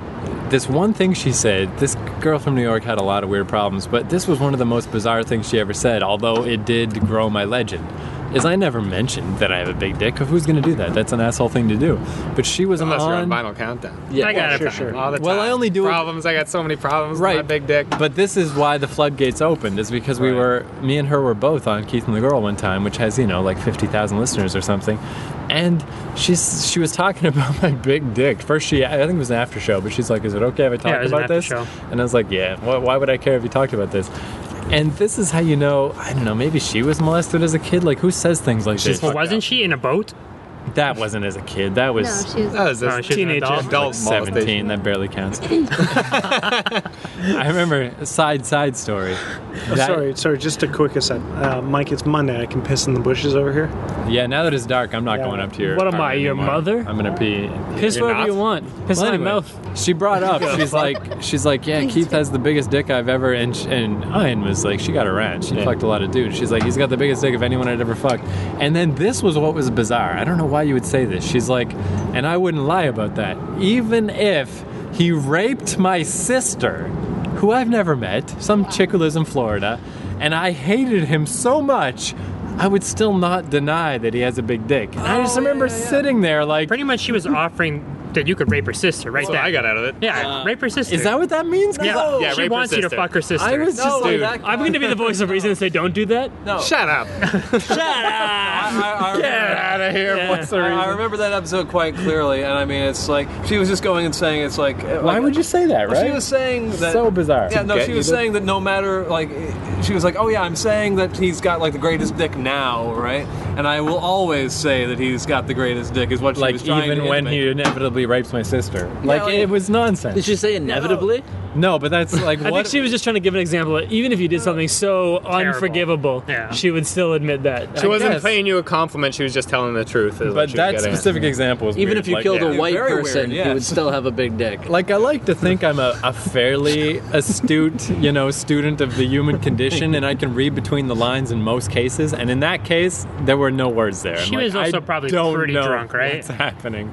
Speaker 4: this one thing she said. This girl from New York had a lot of weird problems, but this was one of the most bizarre things she ever said, although it did grow my legend. is I never mentioned that I have a big dick. Who's going to do that? That's an asshole thing to do. But she was
Speaker 5: Unless you're on
Speaker 4: on.
Speaker 5: vinyl countdown.
Speaker 7: Yeah.
Speaker 1: I got it.
Speaker 3: Sure, sure.
Speaker 5: All the
Speaker 4: Well,
Speaker 5: time.
Speaker 4: I only do it-
Speaker 5: problems. I got so many problems. with
Speaker 4: Right.
Speaker 5: My big dick.
Speaker 4: But this is why the floodgates opened, is because we
Speaker 5: Right.
Speaker 4: were, me and her were both on Keith and the Girl one time, which has, you know, like 50,000 listeners or something. And she's, she was talking about my big dick. First, she, I think it was an after show, but she's like, is it okay if I talk
Speaker 1: Yeah, it was an
Speaker 4: about
Speaker 1: after
Speaker 4: this?
Speaker 1: show.
Speaker 4: And I was like, yeah, why, why would I care if you talked about this? And this is how you know, I don't know, maybe she was molested as a kid. Like, who says things like this?
Speaker 1: Well, wasn't she in a boat?
Speaker 4: That wasn't as a kid. That
Speaker 9: No,
Speaker 4: was
Speaker 9: she was.
Speaker 5: That was
Speaker 1: No,
Speaker 5: this
Speaker 1: she's an
Speaker 5: teenage
Speaker 1: adult.
Speaker 5: adult
Speaker 4: 17.
Speaker 5: molestation.
Speaker 4: That barely counts. I remember side side story.
Speaker 2: Oh,
Speaker 4: That-
Speaker 3: sorry, sorry. Just a quick aside, uh, Mike. It's Monday. I can piss in the bushes over here.
Speaker 4: Yeah, now that it's dark, I'm not
Speaker 3: Yeah.
Speaker 4: going up to your.
Speaker 2: What am I,
Speaker 4: apartment
Speaker 2: your
Speaker 4: anymore.
Speaker 2: mother?
Speaker 4: I'm gonna pee.
Speaker 2: Piss
Speaker 5: You're
Speaker 2: wherever
Speaker 5: not?
Speaker 2: you want. Piss
Speaker 4: Well,
Speaker 2: in my
Speaker 4: anyway,
Speaker 2: mouth.
Speaker 4: She brought up. She's like, she's like, yeah, Keith has the biggest dick I've ever. And sh- and Ian was like, she got around. She fucked a lot of dudes. She's like, he's got the biggest dick of anyone I'd ever fucked. And then this was what was bizarre. I don't know why you would say this. She's like, and I wouldn't lie about that. Even if he raped my sister, who I've never met, some chick who lives in Florida, and I hated him so much. I would still not deny that he has a big dick. And I just remember sitting there like,
Speaker 1: Pretty much, she was offering that you could rape her sister, right
Speaker 5: That's what
Speaker 1: there.
Speaker 5: I got out of it.
Speaker 1: Yeah, rape her sister.
Speaker 4: is that what Oh. that means?
Speaker 1: Yeah,
Speaker 4: Cole?
Speaker 5: Yeah,
Speaker 1: she
Speaker 5: rape her
Speaker 1: wants you to
Speaker 5: sister.
Speaker 1: fuck her sister.
Speaker 4: I was just
Speaker 5: Dude,
Speaker 6: that
Speaker 2: I'm going to be the voice of reason and say, don't do that.
Speaker 6: No.
Speaker 5: Shut up.
Speaker 6: I, I, I,
Speaker 5: Get out of here. What's the
Speaker 6: I, I
Speaker 5: reason?
Speaker 6: remember that episode quite clearly, and I mean, it's like she was just going and saying, "It's like uh,
Speaker 4: Why
Speaker 6: like,
Speaker 4: would you say that, right?
Speaker 6: She was saying that
Speaker 4: So bizarre.
Speaker 6: Yeah, no,
Speaker 5: Okay.
Speaker 6: she was saying that no matter like, she was like, "Oh yeah, I'm saying that he's got like the greatest dick now, right?" And I will always say that he's got the greatest dick. Is what she
Speaker 4: like
Speaker 6: was trying
Speaker 4: even
Speaker 6: to
Speaker 4: when
Speaker 6: intimate.
Speaker 4: he inevitably rapes my sister. Like
Speaker 6: like-
Speaker 4: it was nonsense.
Speaker 7: Did you say inevitably?
Speaker 4: No, but that's like
Speaker 2: I
Speaker 4: what
Speaker 2: think she was just trying to give an example. that Even if you did something so unforgivable,
Speaker 1: Yeah.
Speaker 2: she would still admit that.
Speaker 5: She wasn't
Speaker 4: guess.
Speaker 5: paying you a compliment. She was just telling the truth. is what
Speaker 4: but
Speaker 5: she was
Speaker 4: that
Speaker 5: getting at.
Speaker 4: specific example is
Speaker 7: Even
Speaker 4: weird.
Speaker 7: if you
Speaker 4: like,
Speaker 7: killed
Speaker 5: yeah.
Speaker 7: a white
Speaker 6: Very weird,
Speaker 7: person,
Speaker 6: yeah.
Speaker 7: you would still have a big dick.
Speaker 4: like I like to think I'm a, a fairly astute, you know, student of the human condition, and I can read between the lines in most cases. And in that case, there were no words there. I'm
Speaker 1: She
Speaker 4: like,
Speaker 1: was also
Speaker 4: I
Speaker 1: probably
Speaker 4: don't
Speaker 1: pretty
Speaker 4: know
Speaker 1: drunk, right?
Speaker 4: What's happening?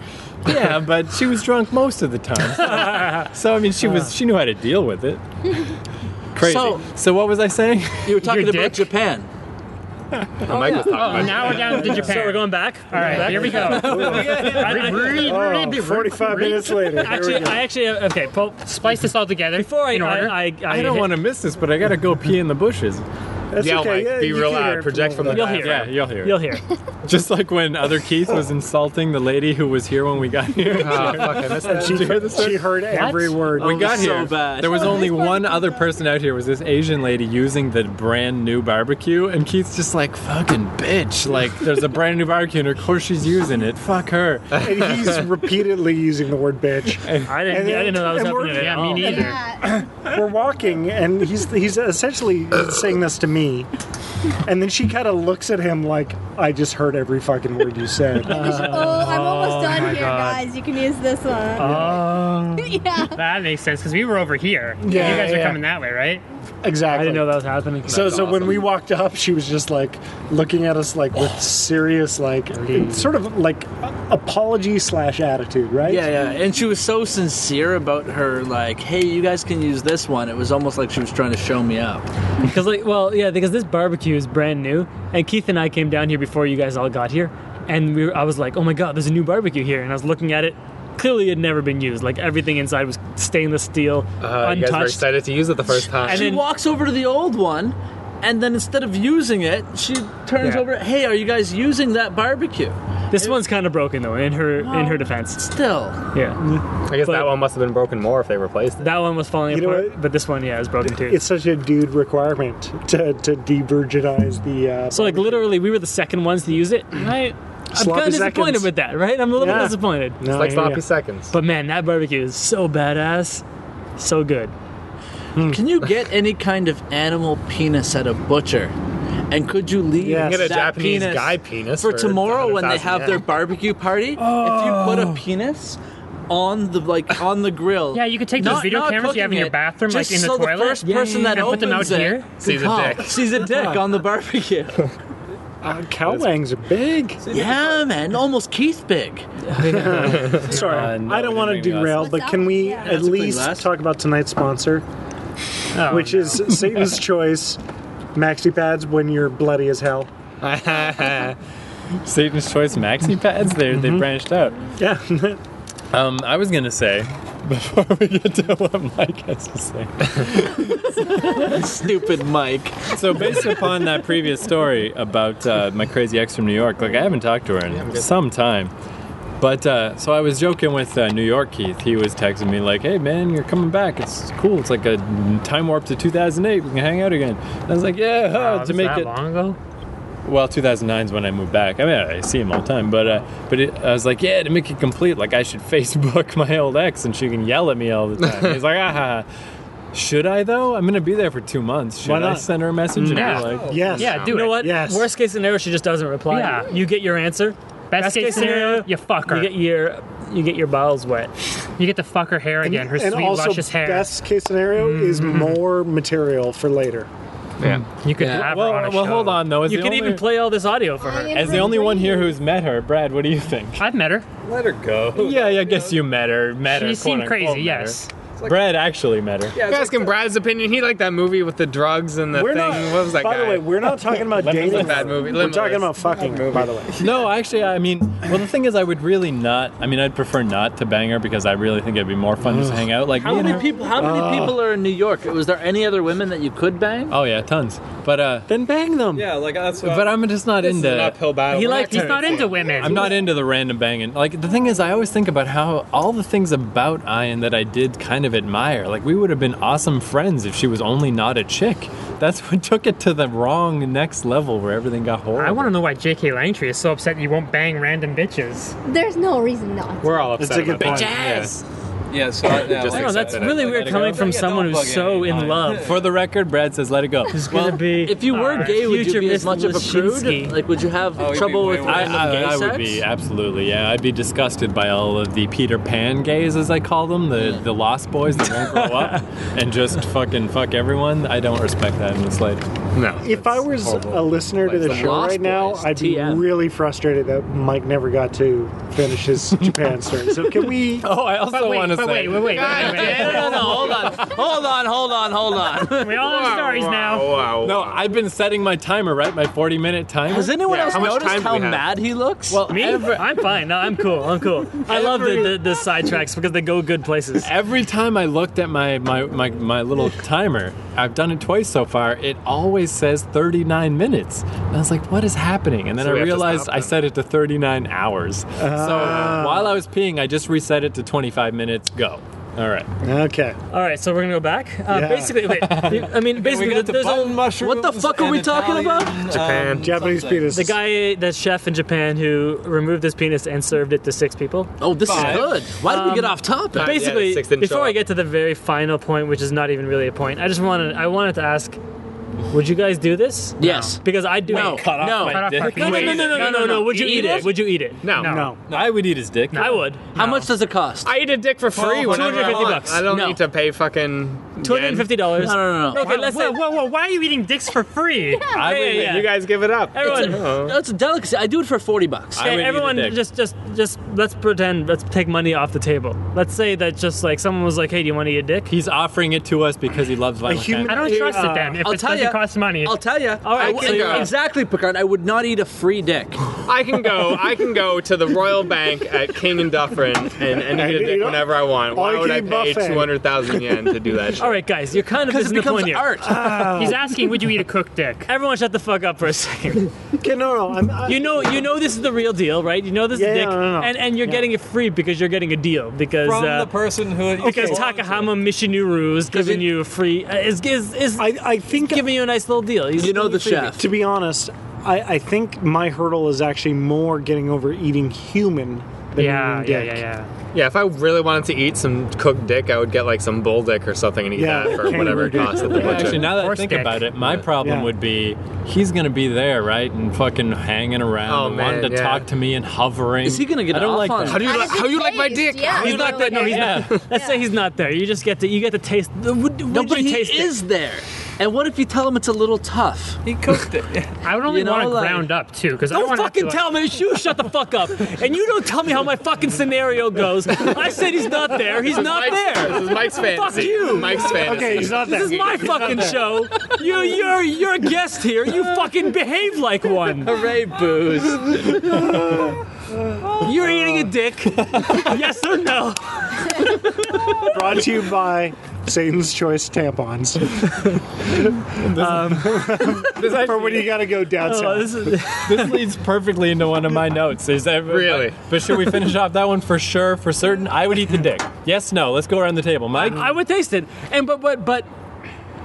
Speaker 4: Yeah, but she was drunk most of the time. so I mean, she was she knew how to deal with it. Crazy.
Speaker 7: So-
Speaker 4: so what was I saying?
Speaker 7: You were talking
Speaker 1: Your
Speaker 7: about
Speaker 1: dick?
Speaker 7: Japan.
Speaker 5: Oh, Mike was talking about
Speaker 1: Now we're down to Japan. So we're going back. All right, here we go.
Speaker 3: Oh, 45 minutes later. Here we
Speaker 2: Actually,
Speaker 3: go.
Speaker 2: I actually uh, okay. Paul,
Speaker 1: Splice this all together.
Speaker 2: before I,
Speaker 1: in order.
Speaker 2: I, I,
Speaker 4: I don't want to miss this, but I gotta go pee in the bushes.
Speaker 3: That's
Speaker 5: Yell,
Speaker 3: okay.
Speaker 5: Mike,
Speaker 3: yeah,
Speaker 5: be
Speaker 3: you
Speaker 5: real
Speaker 3: can hear
Speaker 5: loud.
Speaker 3: it
Speaker 5: Project
Speaker 3: from
Speaker 5: from the
Speaker 2: You'll
Speaker 5: back.
Speaker 2: hear.
Speaker 4: Yeah, you'll hear. it.
Speaker 2: You'll hear.
Speaker 4: Just like when other Keith was insulting the lady who was here when we got here.
Speaker 5: Oh, fuck, I missed that.
Speaker 4: Did you hear this?
Speaker 3: She heard every word.
Speaker 4: we got
Speaker 7: so
Speaker 4: here.
Speaker 7: bad.
Speaker 4: There was only one other person out here. Was this Asian lady using the brand new barbecue? And Keith's just like, "Fucking bitch!" Like, there's a brand new barbecue, and of course she's using it. Fuck her.
Speaker 3: and he's repeatedly using the word bitch.
Speaker 2: I didn't.
Speaker 3: And
Speaker 2: I didn't know that was
Speaker 3: then- and
Speaker 2: happening.
Speaker 3: we're-
Speaker 2: at
Speaker 1: Yeah, me
Speaker 2: all.
Speaker 1: neither.
Speaker 9: Yeah.
Speaker 3: We're walking, and he's he's essentially saying this to me. And then she kind of looks at him like, I just heard every fucking word you said.
Speaker 9: oh, I'm almost done
Speaker 1: my
Speaker 9: here,
Speaker 1: God.
Speaker 9: guys. You can use this one. yeah.
Speaker 1: That makes sense because we were over here.
Speaker 3: Yeah,
Speaker 1: you guys are
Speaker 3: yeah.
Speaker 1: coming that way, right?
Speaker 3: exactly.
Speaker 2: I didn't know that was happening.
Speaker 3: So, so when we walked up, she was just like looking at us like with serious, like sort of like apology slash attitude, right?
Speaker 7: Yeah, yeah. And she was so sincere about her, like, hey, you guys can use this one. It was almost like she was trying to show me up.
Speaker 2: Because like, well, yeah, because this barbecue is brand new, and Keith and I came down here before you guys all got here, and we were, I was like, oh my god, there's a new barbecue here, and I was looking at it. Clearly, it had never been used. Like everything inside was stainless steel,
Speaker 5: Uh, you guys were
Speaker 2: untouched.
Speaker 5: excited to use it the first time.
Speaker 2: And
Speaker 7: she
Speaker 2: then-
Speaker 7: walks over to the old one, and then instead of using it, she turns
Speaker 2: Yeah.
Speaker 7: over, hey, are you guys using that barbecue?
Speaker 2: This one's kind of broken though. In her in
Speaker 1: Oh.
Speaker 2: her defense,
Speaker 7: Still.
Speaker 2: yeah,
Speaker 5: I guess
Speaker 2: but-
Speaker 5: that one must have been broken more if they replaced it.
Speaker 2: that one was falling
Speaker 3: You know
Speaker 2: apart,
Speaker 3: what?
Speaker 2: but this one, yeah, is broken too.
Speaker 3: It's such a dude requirement to to deburgenize the. Uh,
Speaker 2: so like
Speaker 3: barbecue.
Speaker 2: literally, we were the second ones to use it. and I, I'm
Speaker 3: Mm. Sloppy
Speaker 2: kind of disappointed
Speaker 3: seconds.
Speaker 2: with that, right? I'm a little
Speaker 3: Yeah.
Speaker 2: bit disappointed.
Speaker 3: No,
Speaker 5: It's like
Speaker 3: yeah,
Speaker 5: sloppy
Speaker 3: yeah.
Speaker 5: seconds.
Speaker 2: But man, that barbecue is so badass, so good.
Speaker 7: Can you get any kind of animal penis at a butcher? And could you leave
Speaker 3: Yes.
Speaker 5: you get a
Speaker 7: that
Speaker 5: Japanese
Speaker 7: penis
Speaker 5: guy penis
Speaker 7: for tomorrow when they
Speaker 5: 100,000
Speaker 7: have
Speaker 5: yen.
Speaker 7: their barbecue party? If you put a penis on the like on the grill,
Speaker 1: Oh. Yeah, you could take those
Speaker 7: not-
Speaker 1: video
Speaker 7: not
Speaker 1: cameras you have in
Speaker 7: cooking
Speaker 1: your
Speaker 7: it,
Speaker 1: bathroom, like
Speaker 7: just
Speaker 1: in the
Speaker 7: so
Speaker 1: toilet,
Speaker 7: the first person that
Speaker 1: and put them out
Speaker 7: opens it
Speaker 1: here
Speaker 5: sees a
Speaker 7: Oh,
Speaker 5: dick.
Speaker 7: sees a dick on the barbecue.
Speaker 3: Uh, cow wangs are big.
Speaker 7: yeah, man, almost Keith big.
Speaker 3: Sorry,
Speaker 4: Uh, no,
Speaker 3: I don't
Speaker 4: we
Speaker 3: want to
Speaker 4: didn't bring the
Speaker 3: derail,
Speaker 9: glass.
Speaker 3: but
Speaker 9: What's
Speaker 3: can
Speaker 9: up?
Speaker 3: we
Speaker 9: Yeah. That's
Speaker 3: at
Speaker 7: a clean
Speaker 3: least
Speaker 7: glass.
Speaker 3: talk about tonight's sponsor, Oh, which is Satan's Choice maxi pads when you're bloody as hell.
Speaker 4: Satan's Choice maxi pads. They they branched out.
Speaker 3: Yeah.
Speaker 4: Um, I was gonna say before we get to what Mike has to say.
Speaker 7: Stupid Mike.
Speaker 4: So based upon that previous story about uh, my crazy ex from New York, like I haven't talked to her in some time. But uh, so I was joking with uh, New York Keith. He was texting me like, "Hey man, you're coming back. It's cool. It's like a time warp to 2008. We can hang out again." And I was like, "Yeah, huh,
Speaker 2: Wow,
Speaker 4: to
Speaker 2: was
Speaker 4: make
Speaker 2: that
Speaker 4: it."
Speaker 2: long ago.
Speaker 4: Well, 2009 is when I moved back. I mean, I see him all the time, but uh, but it, I was like, yeah, to make it complete, like I should Facebook my old ex, and she can yell at me all the time. He's like, ah, should I though? I'm gonna be there for two months. Should
Speaker 3: Why
Speaker 4: I
Speaker 3: not?
Speaker 4: send her a message? And
Speaker 2: Yeah.
Speaker 4: be like,
Speaker 3: Yes.
Speaker 2: Yeah, do
Speaker 1: You
Speaker 2: it.
Speaker 1: know what?
Speaker 3: Yes.
Speaker 1: Worst case scenario, she just doesn't reply.
Speaker 2: Yeah.
Speaker 1: You get your answer.
Speaker 2: Best, case, scenario, you fuck her.
Speaker 1: You get your you get your bowels wet.
Speaker 2: to fuck her hair again, her
Speaker 3: and
Speaker 2: sweet
Speaker 3: also,
Speaker 2: luscious hair. Mm-hmm.
Speaker 3: best case scenario is more material for later.
Speaker 5: Yeah.
Speaker 2: you could
Speaker 5: Yeah.
Speaker 2: have
Speaker 4: well,
Speaker 2: her on a
Speaker 4: well,
Speaker 2: show.
Speaker 4: hold on though. As
Speaker 1: You
Speaker 4: the
Speaker 1: can
Speaker 4: only,
Speaker 1: even play all this audio for her.
Speaker 4: As the only one here who's met her, Brad, what do you think?
Speaker 2: I've met her.
Speaker 5: Let her go.
Speaker 4: Yeah, yeah, I guess you met her. Met her.
Speaker 2: She
Speaker 4: quote-unquote
Speaker 2: seemed crazy.
Speaker 4: met her.
Speaker 2: yes.
Speaker 4: Brad actually met her.
Speaker 5: You ask him Brad's opinion. He liked that movie with the drugs and the
Speaker 3: We're
Speaker 5: thing.
Speaker 3: not.
Speaker 5: what was that
Speaker 3: by
Speaker 5: guy?
Speaker 3: the way, we're not talking about
Speaker 4: Lemon
Speaker 3: dating.
Speaker 4: was
Speaker 5: a bad movie.
Speaker 3: We're
Speaker 5: Lemon
Speaker 3: talking
Speaker 5: was
Speaker 3: about fucking. By the way,
Speaker 4: No, actually, I mean, well, the thing is, I would really not. I mean, I'd prefer not to bang her because I really think it'd be more fun just to hang out. Like,
Speaker 7: How
Speaker 4: me and
Speaker 7: many
Speaker 4: her-
Speaker 7: people? How many people are in New York? Was there any other women that you could bang?
Speaker 4: Oh yeah, tons. But uh,
Speaker 3: then bang them.
Speaker 6: Yeah, like that's what.
Speaker 4: but I'm just not
Speaker 5: this is
Speaker 4: into.
Speaker 5: an uphill battle.
Speaker 2: He
Speaker 5: We're
Speaker 2: like he's
Speaker 5: turning
Speaker 2: not into women.
Speaker 4: I'm not into the random banging. Like the thing is, I always think about how all the things about Ian that I did kind of admire. Like we would have been awesome friends if she was only not a chick. That's what took it to the wrong next level where everything got horrible.
Speaker 2: I want to know why J.K. Langtree is so upset you won't bang random bitches.
Speaker 9: There's no reason not.
Speaker 5: We're all
Speaker 3: That's
Speaker 5: upset.
Speaker 3: a good
Speaker 5: about
Speaker 3: point.
Speaker 6: yeah, so I,
Speaker 1: I
Speaker 4: Just
Speaker 6: yeah,
Speaker 1: don't
Speaker 6: like,
Speaker 1: know, that's
Speaker 4: accepted it.
Speaker 1: really
Speaker 4: Like,
Speaker 1: weird
Speaker 4: let it
Speaker 1: coming
Speaker 4: go.
Speaker 1: from
Speaker 6: Yeah,
Speaker 1: someone
Speaker 6: don't
Speaker 1: who's
Speaker 6: plug
Speaker 1: so
Speaker 6: in.
Speaker 1: in love.
Speaker 4: For the record, Brad says, "Let it go."
Speaker 1: It's gonna be
Speaker 7: If you were
Speaker 2: Alright.
Speaker 7: gay, would you
Speaker 1: Uh, Future
Speaker 7: be
Speaker 1: Miss
Speaker 7: as much of a prude?
Speaker 1: Leschinski.
Speaker 7: Like, would you have
Speaker 6: Oh, you'd be
Speaker 7: trouble
Speaker 6: way
Speaker 7: with
Speaker 6: worse.
Speaker 4: I,
Speaker 7: random gay
Speaker 4: I, I
Speaker 7: sex?
Speaker 4: would be absolutely, yeah. I'd be disgusted by all of the Peter Pan gays, as I call them, the the Lost Boys that won't grow up and just fucking fuck everyone. I don't respect that in the slightest.
Speaker 5: No.
Speaker 3: If I was a listener to the
Speaker 7: Like the
Speaker 3: show
Speaker 7: Lost
Speaker 3: right now,
Speaker 7: Boys,
Speaker 3: I'd be
Speaker 7: TM.
Speaker 3: really frustrated that Mike never got to finish his Japan story. So can we?
Speaker 4: Oh, I also
Speaker 2: But wait,
Speaker 4: want to
Speaker 2: but
Speaker 4: say.
Speaker 2: wait, wait, wait, wait,
Speaker 7: No, no, no, hold on, hold on, hold on, hold on.
Speaker 2: wait. We all have stories now.
Speaker 5: Wow.
Speaker 4: No, I've been setting my timer, right? My 40 minute timer.
Speaker 7: Has anyone
Speaker 5: Yeah,
Speaker 7: else
Speaker 5: how much
Speaker 7: noticed
Speaker 5: time do
Speaker 7: how
Speaker 5: we have?
Speaker 7: mad he looks?
Speaker 4: well,
Speaker 1: Me?
Speaker 4: Every,
Speaker 1: I'm fine. No, I'm cool. I'm cool. I love the,
Speaker 4: Every-
Speaker 1: the, the sidetracks because they go good places.
Speaker 4: every time I looked at my, my, my, my little timer, I've done it twice so far, it always says 39 minutes. And I was like, what is happening? And then
Speaker 5: So
Speaker 4: I
Speaker 5: we have to
Speaker 4: realized
Speaker 5: stop
Speaker 4: I
Speaker 5: then.
Speaker 4: set it to 39 hours. so while I was peeing, I just reset it to 25 minutes. Go. All right.
Speaker 3: Okay.
Speaker 1: All right, so we're gonna go back. Uh,
Speaker 3: Yeah.
Speaker 1: Basically, wait. you- I mean, basically,
Speaker 6: got the
Speaker 1: there's
Speaker 6: button
Speaker 1: a,
Speaker 6: mushrooms
Speaker 7: What the fuck are
Speaker 6: and
Speaker 7: we talking
Speaker 6: Italian,
Speaker 7: about?
Speaker 6: um,
Speaker 5: Japan.
Speaker 3: Japanese penis.
Speaker 1: the guy, that chef in Japan who removed his penis and served it to six people.
Speaker 7: oh, this is
Speaker 6: five.
Speaker 7: good. Why did we get off topic?
Speaker 5: yeah,
Speaker 1: basically
Speaker 5: the six didn't show
Speaker 1: before I
Speaker 5: up.
Speaker 1: get to the very final point, which is not even really a point, I just wanted I wanted to ask, would you guys do this?
Speaker 7: Yes.
Speaker 1: Because I do.
Speaker 7: No.
Speaker 1: it.
Speaker 7: Cut off No. my
Speaker 2: Cut off my
Speaker 4: dick.
Speaker 1: No, no, no, no, no, no, no, no. Would you eat, it? Would you eat it?
Speaker 5: No.
Speaker 2: No.
Speaker 3: No.
Speaker 4: I would eat his dick.
Speaker 1: I would.
Speaker 7: How much does it cost?
Speaker 5: I eat a dick for free.
Speaker 1: Well,
Speaker 5: whenever I
Speaker 1: 250
Speaker 5: want.
Speaker 1: bucks.
Speaker 5: I don't
Speaker 7: No.
Speaker 5: need to pay fucking.
Speaker 1: Two hundred and fifty dollars.
Speaker 7: no, no, no, no.
Speaker 1: Okay, let's
Speaker 2: whoa,
Speaker 1: say.
Speaker 2: whoa, whoa! Why are you eating dicks for free?
Speaker 4: I would
Speaker 1: yeah,
Speaker 4: eat
Speaker 1: yeah.
Speaker 4: it.
Speaker 5: You guys give it up. oh.
Speaker 1: Everyone,
Speaker 5: Uh-huh.
Speaker 7: That's a delicacy. I do it for forty bucks.
Speaker 4: I would eat
Speaker 1: Okay,
Speaker 4: a
Speaker 1: everyone,
Speaker 4: dick.
Speaker 1: just, just, just let's pretend. Let's take money off the table. Let's say that just like someone was like, "Hey, do you want to eat a dick?"
Speaker 4: He's offering it to us because he loves violent
Speaker 3: human-
Speaker 2: I
Speaker 4: men.
Speaker 2: don't trust it
Speaker 1: uh,
Speaker 2: then. If
Speaker 7: I'll
Speaker 2: it
Speaker 7: tell
Speaker 2: doesn't
Speaker 7: ya.
Speaker 2: cost money,
Speaker 7: I'll tell you.
Speaker 1: All right,
Speaker 5: so you're-
Speaker 7: exactly, Picard. I would not eat a free dick.
Speaker 5: I can go. I can go to the Royal Bank at King and Dufferin and, and eat a dick whenever I want. Why would I pay two hundred thousand yen to do that? Shit?
Speaker 1: All right, guys, you're kind of
Speaker 7: Because
Speaker 1: missing the
Speaker 7: it becomes
Speaker 1: point here.
Speaker 7: art.
Speaker 2: he's asking, would you eat a cooked dick?
Speaker 1: Everyone, shut the fuck up for a second.
Speaker 3: Okay, no, no. I'm, I,
Speaker 1: You know, you know this is the real deal, right? You know this
Speaker 3: Yeah,
Speaker 1: is
Speaker 3: yeah,
Speaker 1: dick,
Speaker 3: no, no, no.
Speaker 1: and and you're getting it free because you're getting a deal because
Speaker 6: From
Speaker 1: uh,
Speaker 6: the person who. you
Speaker 1: because
Speaker 6: belong to.
Speaker 1: Takahama Mishinuru is giving
Speaker 7: it-
Speaker 1: you a free uh, is is, is
Speaker 3: I, I think
Speaker 1: giving you a nice little deal. He's
Speaker 7: You know the
Speaker 1: giving you a freebie.
Speaker 7: chef.
Speaker 3: to be honest, I, I think my hurdle is actually more getting over eating human than
Speaker 2: Yeah,
Speaker 3: eating
Speaker 2: yeah,
Speaker 3: dick.
Speaker 2: yeah, yeah.
Speaker 5: Yeah, if I really wanted to eat some cooked dick, I would get like some bull dick or something and eat
Speaker 3: Yeah,
Speaker 5: that for
Speaker 3: kangaroo
Speaker 5: whatever it
Speaker 3: dick.
Speaker 5: costs at the
Speaker 4: Well,
Speaker 5: butcher.
Speaker 4: Actually, now that I
Speaker 2: Horse
Speaker 4: think
Speaker 2: dick.
Speaker 4: about it, my problem
Speaker 3: Yeah.
Speaker 4: would be he's gonna be there, right, and fucking hanging around,
Speaker 5: Oh,
Speaker 4: and
Speaker 5: man,
Speaker 4: wanting to
Speaker 5: yeah.
Speaker 4: talk to me and hovering.
Speaker 7: Is he gonna get
Speaker 4: I don't
Speaker 7: off
Speaker 4: like
Speaker 7: on
Speaker 4: that.
Speaker 7: it?
Speaker 5: do you
Speaker 9: How
Speaker 5: like
Speaker 9: does it
Speaker 5: how you like my
Speaker 9: taste?
Speaker 5: dick?
Speaker 9: Yeah,
Speaker 5: How you
Speaker 9: I
Speaker 5: like
Speaker 9: don't like
Speaker 5: that? No,
Speaker 9: it.
Speaker 5: he's not.
Speaker 1: Let's say he's not there. You just get to you get to taste. The, would, would
Speaker 7: No,
Speaker 1: you
Speaker 7: but he
Speaker 1: taste it?
Speaker 7: is there. And what if you tell him it's a little tough?
Speaker 6: He cooked it.
Speaker 1: I would only
Speaker 7: You know,
Speaker 1: want to
Speaker 7: like-
Speaker 1: ground up too, because I
Speaker 2: Don't
Speaker 1: want
Speaker 2: fucking
Speaker 1: to
Speaker 2: tell me. You shut the fuck up. And you don't tell me how my fucking scenario goes. I said he's not there. He's not
Speaker 5: Mike's,
Speaker 2: there.
Speaker 5: This is Mike's fantasy.
Speaker 2: you.
Speaker 5: Mike's fantasy.
Speaker 3: Okay, he's not that.
Speaker 2: This is my fucking show. You, you're, you're a guest here. You fucking behave like one.
Speaker 7: Hooray, booze.
Speaker 2: You're eating a dick. Yes or no?
Speaker 3: Brought to you by Satan's Choice tampons
Speaker 2: Um,
Speaker 4: This,
Speaker 3: for when you
Speaker 4: actually,
Speaker 3: got to go down
Speaker 1: Oh,
Speaker 3: south.
Speaker 1: this is,
Speaker 4: this leads perfectly into one of my notes. Is that,
Speaker 5: Really?
Speaker 4: But should we finish off that one for sure, for certain? I would eat the dick. Yes, no. Let's go around the table. Mike?
Speaker 1: I would taste it, and but but but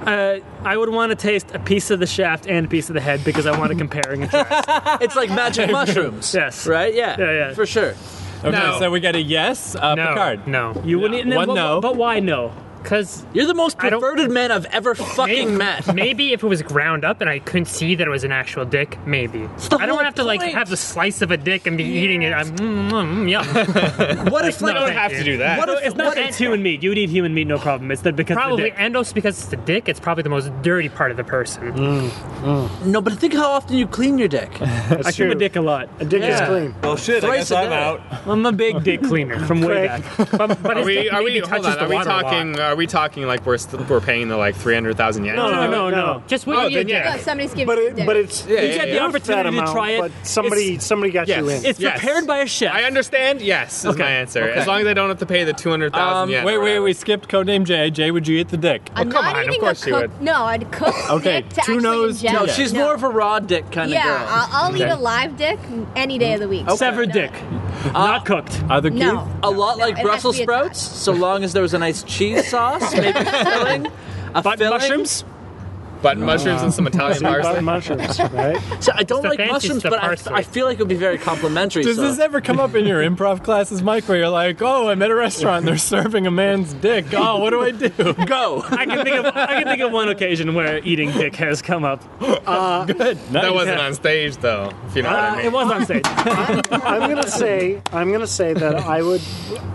Speaker 2: Uh, I would want to taste a piece of the shaft and a piece of the head because I want to compare and contrast.
Speaker 7: It's like magic mushrooms.
Speaker 2: Yes.
Speaker 7: Right? Yeah.
Speaker 2: Yeah, yeah.
Speaker 7: For sure.
Speaker 4: Okay,
Speaker 5: No.
Speaker 4: so we got a yes, uh,
Speaker 1: no,
Speaker 4: Picard.
Speaker 1: no.
Speaker 2: You wouldn't. and then-
Speaker 4: One
Speaker 2: but,
Speaker 4: no.
Speaker 2: But why no? Because
Speaker 7: You're the most
Speaker 1: I don't-
Speaker 7: perverted man I've ever fucking met.
Speaker 1: Maybe if it was ground up and I couldn't see that it was an actual dick, maybe.
Speaker 7: the
Speaker 1: I don't
Speaker 7: whole
Speaker 1: have to like
Speaker 7: point.
Speaker 1: have the slice of a dick and be eating it. I'm mm, mm, yeah.
Speaker 7: What if, like,
Speaker 1: no,
Speaker 5: have to do that.
Speaker 7: what if,
Speaker 2: it's
Speaker 7: what
Speaker 2: not that it's human meat. You would eat human meat, no problem. It's that because of the
Speaker 1: probably
Speaker 2: dick.
Speaker 1: and also because it's the dick, it's probably the most dirty part of the person.
Speaker 5: Mm.
Speaker 7: No, but think how often you clean your dick.
Speaker 2: I chew my dick a lot.
Speaker 3: A dick is
Speaker 7: Yeah.
Speaker 3: clean.
Speaker 6: Well, shit, I
Speaker 7: Thrice
Speaker 6: guess
Speaker 7: a
Speaker 6: I'm
Speaker 7: day.
Speaker 6: out.
Speaker 2: I'm a big dick cleaner from
Speaker 3: Craig.
Speaker 2: way back. But, but
Speaker 5: Are
Speaker 2: his
Speaker 5: we?
Speaker 2: dick
Speaker 5: Are we?
Speaker 2: maybe
Speaker 5: Hold
Speaker 2: touches
Speaker 5: on.
Speaker 2: the
Speaker 5: Are we
Speaker 2: water a lot.
Speaker 5: talking? Are we talking like we're still, we're paying the like three hundred thousand yen?
Speaker 2: No, no,
Speaker 3: No,
Speaker 2: no,
Speaker 3: no.
Speaker 2: no.
Speaker 1: Just
Speaker 5: Oh,
Speaker 1: what you
Speaker 5: then yeah.
Speaker 8: Look, somebody's giving
Speaker 3: But
Speaker 8: me
Speaker 3: it,
Speaker 8: dick.
Speaker 3: but it's
Speaker 5: Yeah,
Speaker 3: it's
Speaker 5: yeah,
Speaker 3: at
Speaker 5: yeah.
Speaker 3: worth that
Speaker 2: Opportunity to
Speaker 3: amount,
Speaker 2: try it.
Speaker 3: But somebody
Speaker 2: It's-
Speaker 3: somebody got you
Speaker 5: Yes.
Speaker 3: in.
Speaker 2: It's
Speaker 5: Yes.
Speaker 2: prepared by a chef.
Speaker 5: I understand. Yes, is my answer. As long as I don't have to pay the two hundred thousand
Speaker 4: Um,
Speaker 5: yen.
Speaker 4: wait,
Speaker 5: or
Speaker 4: wait,
Speaker 5: whatever.
Speaker 4: we skipped codename Jay. Jay, would you eat the dick?
Speaker 8: I'm
Speaker 5: come
Speaker 8: not
Speaker 5: on, of
Speaker 8: eating
Speaker 5: course
Speaker 8: a
Speaker 5: you
Speaker 8: cook.
Speaker 5: would.
Speaker 8: No, I'd cook
Speaker 4: Okay,
Speaker 8: dick to
Speaker 4: two
Speaker 8: actually
Speaker 4: nose,
Speaker 8: ingest.
Speaker 4: two-
Speaker 7: No, she's
Speaker 8: No.
Speaker 7: more of a raw dick kind of
Speaker 8: Yeah,
Speaker 7: girl.
Speaker 8: I'll, I'll eat
Speaker 4: Okay.
Speaker 8: a live dick any day of the week.
Speaker 2: Severed
Speaker 8: No.
Speaker 2: dick,
Speaker 4: Uh,
Speaker 2: not cooked.
Speaker 4: Other Keith?
Speaker 8: No.
Speaker 7: a lot
Speaker 8: No,
Speaker 7: like
Speaker 8: it has
Speaker 7: Brussels
Speaker 8: to be attached.
Speaker 7: sprouts, so long as there was a nice cheese sauce, maybe filling, a
Speaker 2: But
Speaker 7: filling.
Speaker 2: mushrooms?
Speaker 5: But mushrooms and some Italian
Speaker 3: About
Speaker 5: parsley.
Speaker 3: mushrooms, right?
Speaker 7: So I don't
Speaker 1: the
Speaker 7: like
Speaker 1: fancy
Speaker 7: mushrooms,
Speaker 1: stuff,
Speaker 7: but I,
Speaker 1: parsley.
Speaker 7: I feel like it would be very complimentary.
Speaker 4: Does
Speaker 7: so-
Speaker 4: this ever come up in your improv classes, Mike, where you're like, oh, I'm at a restaurant and they're serving a man's dick. Oh, what do I do?
Speaker 7: go?
Speaker 2: I can think of I can think of one occasion where eating dick has come up.
Speaker 4: Good.
Speaker 5: That
Speaker 4: nice.
Speaker 5: wasn't on stage though. If you know what I
Speaker 2: Uh,
Speaker 5: mean.
Speaker 2: it was on stage.
Speaker 3: I'm gonna say I'm gonna say that I would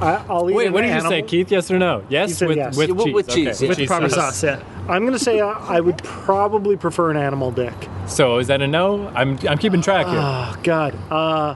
Speaker 3: I, I'll eat.
Speaker 4: Wait,
Speaker 3: an
Speaker 4: what did you
Speaker 3: animal.
Speaker 4: say, Keith? Yes or no? Yes,
Speaker 3: said
Speaker 4: with,
Speaker 3: yes.
Speaker 4: with
Speaker 7: With-
Speaker 4: cheese.
Speaker 7: with cheese,
Speaker 4: Okay.
Speaker 7: yeah.
Speaker 2: With proper
Speaker 4: sauce.
Speaker 2: sauce, yeah.
Speaker 3: I'm gonna say I, I would probably prefer an animal dick.
Speaker 4: So is that a no? I'm, I'm keeping track here.
Speaker 3: Oh God. Uh,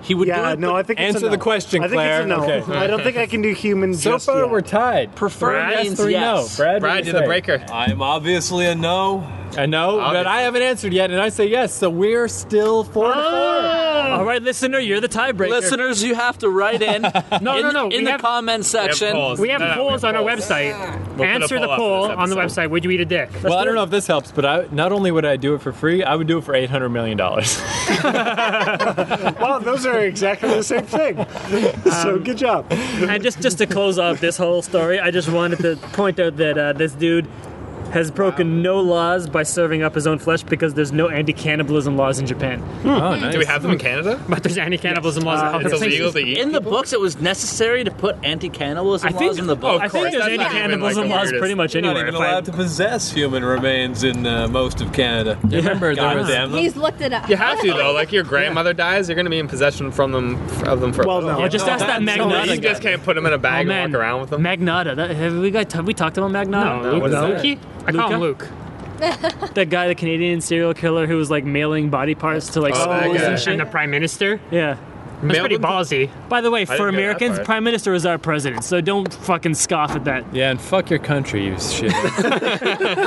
Speaker 7: He would
Speaker 3: yeah,
Speaker 7: do it,
Speaker 3: no, I
Speaker 7: but
Speaker 3: think it's a
Speaker 4: Answer
Speaker 3: no.
Speaker 4: the question,
Speaker 3: I think
Speaker 4: Claire.
Speaker 3: it's a no.
Speaker 4: Okay.
Speaker 3: I don't think I can do human.
Speaker 4: So
Speaker 3: just
Speaker 4: far,
Speaker 3: yet.
Speaker 4: we're tied.
Speaker 7: prefer
Speaker 4: Yes,
Speaker 7: means
Speaker 4: three
Speaker 7: yes.
Speaker 4: no. Brad,
Speaker 5: Brad,
Speaker 4: what do you
Speaker 5: you're the
Speaker 4: say?
Speaker 5: breaker.
Speaker 6: I'm obviously a no.
Speaker 4: I know, but
Speaker 5: Obviously.
Speaker 4: I haven't answered yet, and I say yes, so we're still four to
Speaker 2: All right, listener, you're the tiebreaker.
Speaker 7: Listeners, you have to write in.
Speaker 1: No,
Speaker 7: in,
Speaker 1: no, no,
Speaker 7: In
Speaker 1: we
Speaker 7: the
Speaker 1: have-
Speaker 7: comment section.
Speaker 5: polls.
Speaker 1: We have
Speaker 5: No, no,
Speaker 1: polls on our
Speaker 5: polls.
Speaker 1: website.
Speaker 5: We'll put a
Speaker 1: Answer the
Speaker 5: poll up for
Speaker 1: poll
Speaker 5: this
Speaker 1: on the
Speaker 5: episode.
Speaker 1: website. Would you eat a dick?
Speaker 4: four. Well, I don't know if this helps, but I, not only would I do it for free, I would do it for eight hundred million dollars.
Speaker 3: Wow, those are exactly the same thing. so good job.
Speaker 2: and just just to close off this whole story, I just wanted to point out that uh, this dude has broken no laws by serving up his own flesh because there's no anti-cannibalism laws in Japan.
Speaker 4: Oh, nice.
Speaker 5: Do we have them in Canada?
Speaker 1: But there's anti-cannibalism laws in other
Speaker 5: It's
Speaker 1: places.
Speaker 5: illegal to eat.
Speaker 7: In the books, it was necessary to put anti-cannibalism
Speaker 2: I think-
Speaker 7: laws in the book.
Speaker 5: Of
Speaker 2: I think
Speaker 5: course,
Speaker 2: there's
Speaker 5: that's not even, like,
Speaker 2: anti-cannibalism
Speaker 5: the
Speaker 2: laws
Speaker 5: weirdest.
Speaker 2: pretty much
Speaker 6: You're not
Speaker 2: anywhere.
Speaker 6: even
Speaker 2: If I-
Speaker 6: allowed to possess human remains in uh, most of Canada.
Speaker 4: Remember, there
Speaker 6: God
Speaker 4: was-
Speaker 6: damn them.
Speaker 8: He's looked it up.
Speaker 5: You have to though. Like your grandmother dies, you're going to be in possession from them of them for.
Speaker 3: Well, no.
Speaker 2: Oh, just
Speaker 6: No,
Speaker 2: ask that
Speaker 6: that's
Speaker 2: Magnata.
Speaker 5: You just can't put them in a
Speaker 1: Oh,
Speaker 5: bag
Speaker 1: man.
Speaker 5: and walk around with them.
Speaker 1: Magnata. That, have we got? Have we talked about Magnata?
Speaker 2: No,
Speaker 1: Luke-
Speaker 2: no.
Speaker 1: Lukey? I call him
Speaker 2: Luca?
Speaker 1: Luke.
Speaker 2: that guy, the Canadian serial killer who was like mailing body parts to like
Speaker 5: Oh, that
Speaker 2: schools
Speaker 5: guy.
Speaker 2: and
Speaker 1: And
Speaker 2: shit.
Speaker 1: the prime minister.
Speaker 2: Yeah.
Speaker 1: That's
Speaker 5: Mail
Speaker 1: pretty
Speaker 5: them to-
Speaker 1: ballsy.
Speaker 2: By the way,
Speaker 5: didn't know
Speaker 2: for
Speaker 5: that
Speaker 2: Americans,
Speaker 5: part.
Speaker 2: prime minister is our president, so don't fucking scoff at that.
Speaker 4: Yeah, and fuck your country, you shit.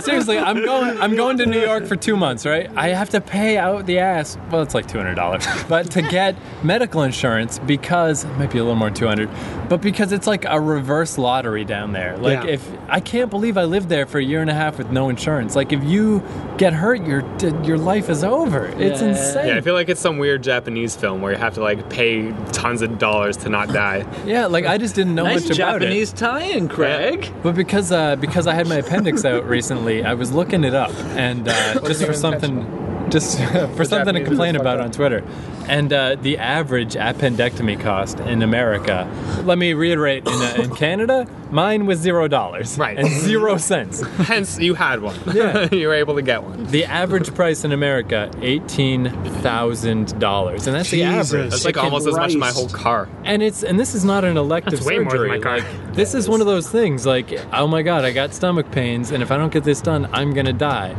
Speaker 4: Seriously, I'm going. I'm going to New York for two months, right? I have to pay out the ass. Well, it's like two hundred dollars, but to get medical insurance because it might be a little more than two hundred, but because it's like a reverse lottery down there. Like
Speaker 3: Yeah.
Speaker 4: if I can't believe I lived there for a year and a half with no insurance. Like if you get hurt, your your life is over. It's
Speaker 7: Yeah.
Speaker 4: insane.
Speaker 5: Yeah,
Speaker 4: Yeah,
Speaker 5: I feel like it's some weird Japanese film where you have to like pay tons of dollars to not die.
Speaker 4: like I just didn't know
Speaker 7: nice
Speaker 4: much about it.
Speaker 7: Japanese tie-in, Craig.
Speaker 4: But because uh, because I had my appendix out recently, I was looking it up, and uh, just for something just for something to
Speaker 5: Japanese
Speaker 4: complain
Speaker 5: is
Speaker 4: about
Speaker 5: fucked
Speaker 4: on Twitter. And uh, the average appendectomy cost in America, let me reiterate, in, uh, in Canada, mine was zero dollars.
Speaker 5: Right.
Speaker 4: And zero cents.
Speaker 5: Hence, you had one. Yeah. you were able to get one.
Speaker 4: The average price in America, $18,000. And that's the
Speaker 3: Jesus.
Speaker 4: average.
Speaker 5: That's like
Speaker 3: Chicken
Speaker 5: almost as much as my
Speaker 3: rice.
Speaker 5: whole car.
Speaker 4: and it's and this is not an elective
Speaker 2: That's way more than
Speaker 4: surgery.
Speaker 2: my car.
Speaker 4: Like, this is one of those things like oh my god i got stomach pains and if i don't get this done i'm gonna die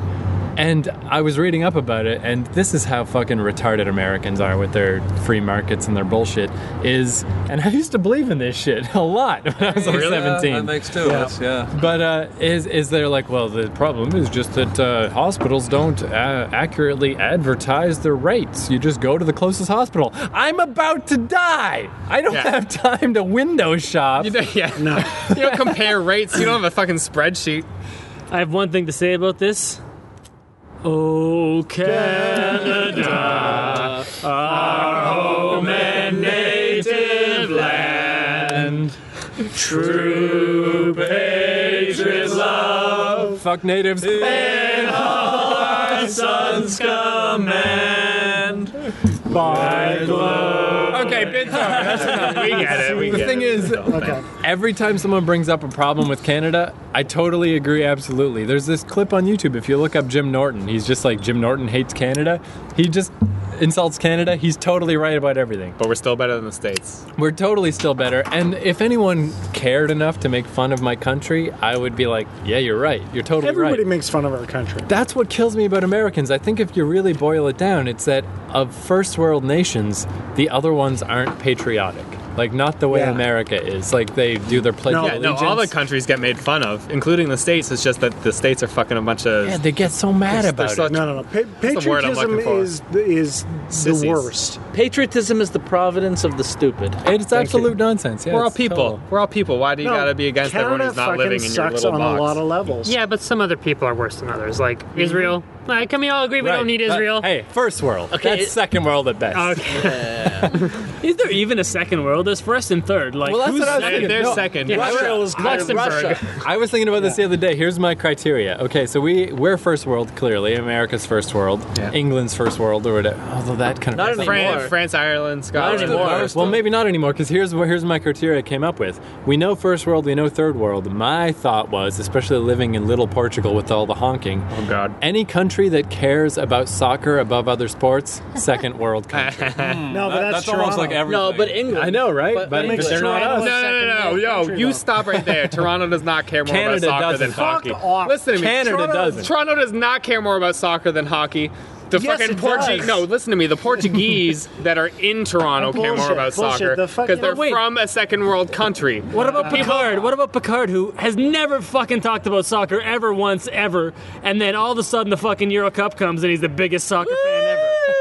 Speaker 4: and i was reading up about it and this is how fucking retarded americans are with their free markets and their bullshit is and i used to believe in this shit a lot when i was like
Speaker 6: Really?
Speaker 4: 17
Speaker 6: Yeah, that makes two of us, yeah.
Speaker 4: but uh, is is there like well the problem is just that uh, hospitals don't uh, accurately advertise their rates. You just go to the closest hospital. I'm about to die. I don't
Speaker 5: Yeah.
Speaker 4: have time to window shop.
Speaker 5: You don't, yeah. No. you don't compare rates. You don't have a fucking spreadsheet.
Speaker 2: I have one thing to say about this. Oh, Canada, our home and native land. True patriot love,
Speaker 4: Fuck natives.
Speaker 2: our sons command.
Speaker 3: Bye.
Speaker 5: Okay, bit We get it. We
Speaker 4: The
Speaker 5: get
Speaker 4: thing
Speaker 5: it.
Speaker 4: is,
Speaker 3: Okay.
Speaker 4: every time someone brings up a problem with Canada, I totally agree absolutely. There's this clip on YouTube. If you look up Jim Norton, he's just like Jim Norton hates Canada. He just insults Canada. He's totally right about everything.
Speaker 5: But we're still better than the states.
Speaker 4: We're totally still better. And if anyone cared enough to make fun of my country, I would be like, yeah, you're right. You're totally
Speaker 3: Everybody
Speaker 4: right.
Speaker 3: makes fun of our country.
Speaker 4: That's what kills me about Americans. I think if you really boil it down, it's that of first world nations, the other ones aren't patriotic. Like, not the way
Speaker 3: Yeah.
Speaker 4: America is. Like, they do their pledge
Speaker 3: No.
Speaker 4: of
Speaker 5: Yeah, no,
Speaker 4: Oh, allegiance.
Speaker 5: all the countries get made fun of, including the states. It's just that the states are fucking a bunch of.
Speaker 4: yeah, they get so mad
Speaker 5: They're
Speaker 4: about it.
Speaker 5: such-
Speaker 3: No, no, no. Pa-
Speaker 5: the word I'm
Speaker 3: patriotism
Speaker 5: looking for.
Speaker 3: is is
Speaker 5: Sissies.
Speaker 3: the worst.
Speaker 7: Patriotism is the providence of the stupid.
Speaker 4: It's absolute nonsense. Yeah,
Speaker 5: we're all
Speaker 4: it's
Speaker 5: people.
Speaker 4: total-
Speaker 5: We're all people. Why do you gotta be against
Speaker 3: Canada
Speaker 5: everyone who's not
Speaker 3: fucking
Speaker 5: living in your
Speaker 3: sucks
Speaker 5: little
Speaker 3: on
Speaker 5: box?
Speaker 3: a lot of levels.
Speaker 2: Yeah, but some other people are worse than others. Like Israel. Like, can we all agree we
Speaker 4: Right.
Speaker 2: don't need
Speaker 4: That-
Speaker 2: Israel?
Speaker 4: hey, first world.
Speaker 2: Okay,
Speaker 4: That's
Speaker 2: it-
Speaker 4: second world at best.
Speaker 2: Okay. is there even a second world? There's first and third. Like,
Speaker 4: Well, that's
Speaker 2: who's
Speaker 4: what I was
Speaker 5: They-
Speaker 4: thinking.
Speaker 5: They're
Speaker 4: No.
Speaker 5: second.
Speaker 2: Yeah.
Speaker 5: Russia-
Speaker 2: Israel is Luxembourg.
Speaker 4: I was thinking about this the other day. Here's my criteria. Okay, so we we're first world clearly. America's first world.
Speaker 5: Yeah.
Speaker 4: England's first world or whatever. Although that kind of
Speaker 7: Not anymore.
Speaker 5: France, France, Ireland, Scotland.
Speaker 7: anymore.
Speaker 4: Well, maybe not anymore because here's what here's my criteria I came up with. We know first world, we know third world. My thought was, especially living in little Portugal with all the honking,
Speaker 5: Oh God.
Speaker 4: any country that cares about soccer above other sports, second world country.
Speaker 3: No, but
Speaker 6: That-
Speaker 3: that's,
Speaker 6: that's almost
Speaker 3: Toronto.
Speaker 6: like everything.
Speaker 7: No, but England.
Speaker 4: I know, right?
Speaker 7: But-
Speaker 4: But,
Speaker 7: that makes
Speaker 4: they're not
Speaker 7: Toronto
Speaker 4: us.
Speaker 5: No, no, no, no, yo!
Speaker 7: Country,
Speaker 5: You
Speaker 7: though.
Speaker 5: stop right there. Toronto does not care more
Speaker 4: Canada
Speaker 5: about soccer
Speaker 4: doesn't.
Speaker 5: than
Speaker 4: Fuck
Speaker 5: hockey.
Speaker 3: off.
Speaker 5: Listen to me.
Speaker 4: Canada
Speaker 5: Toronto,
Speaker 4: doesn't.
Speaker 5: Toronto does not care more about soccer than hockey. The
Speaker 3: Yes,
Speaker 5: fucking
Speaker 3: it
Speaker 5: Portuguese.
Speaker 3: does.
Speaker 5: No, listen to me. The Portuguese that are in Toronto care more
Speaker 3: Bullshit,
Speaker 5: about
Speaker 3: bullshit.
Speaker 5: soccer
Speaker 3: The fucking-
Speaker 5: they're
Speaker 3: But wait.
Speaker 5: from a second world country.
Speaker 2: What about Picard? What about Picard, who has never fucking talked about soccer ever once ever, and then all of a sudden the fucking Euro Cup comes and he's the biggest soccer fan ever.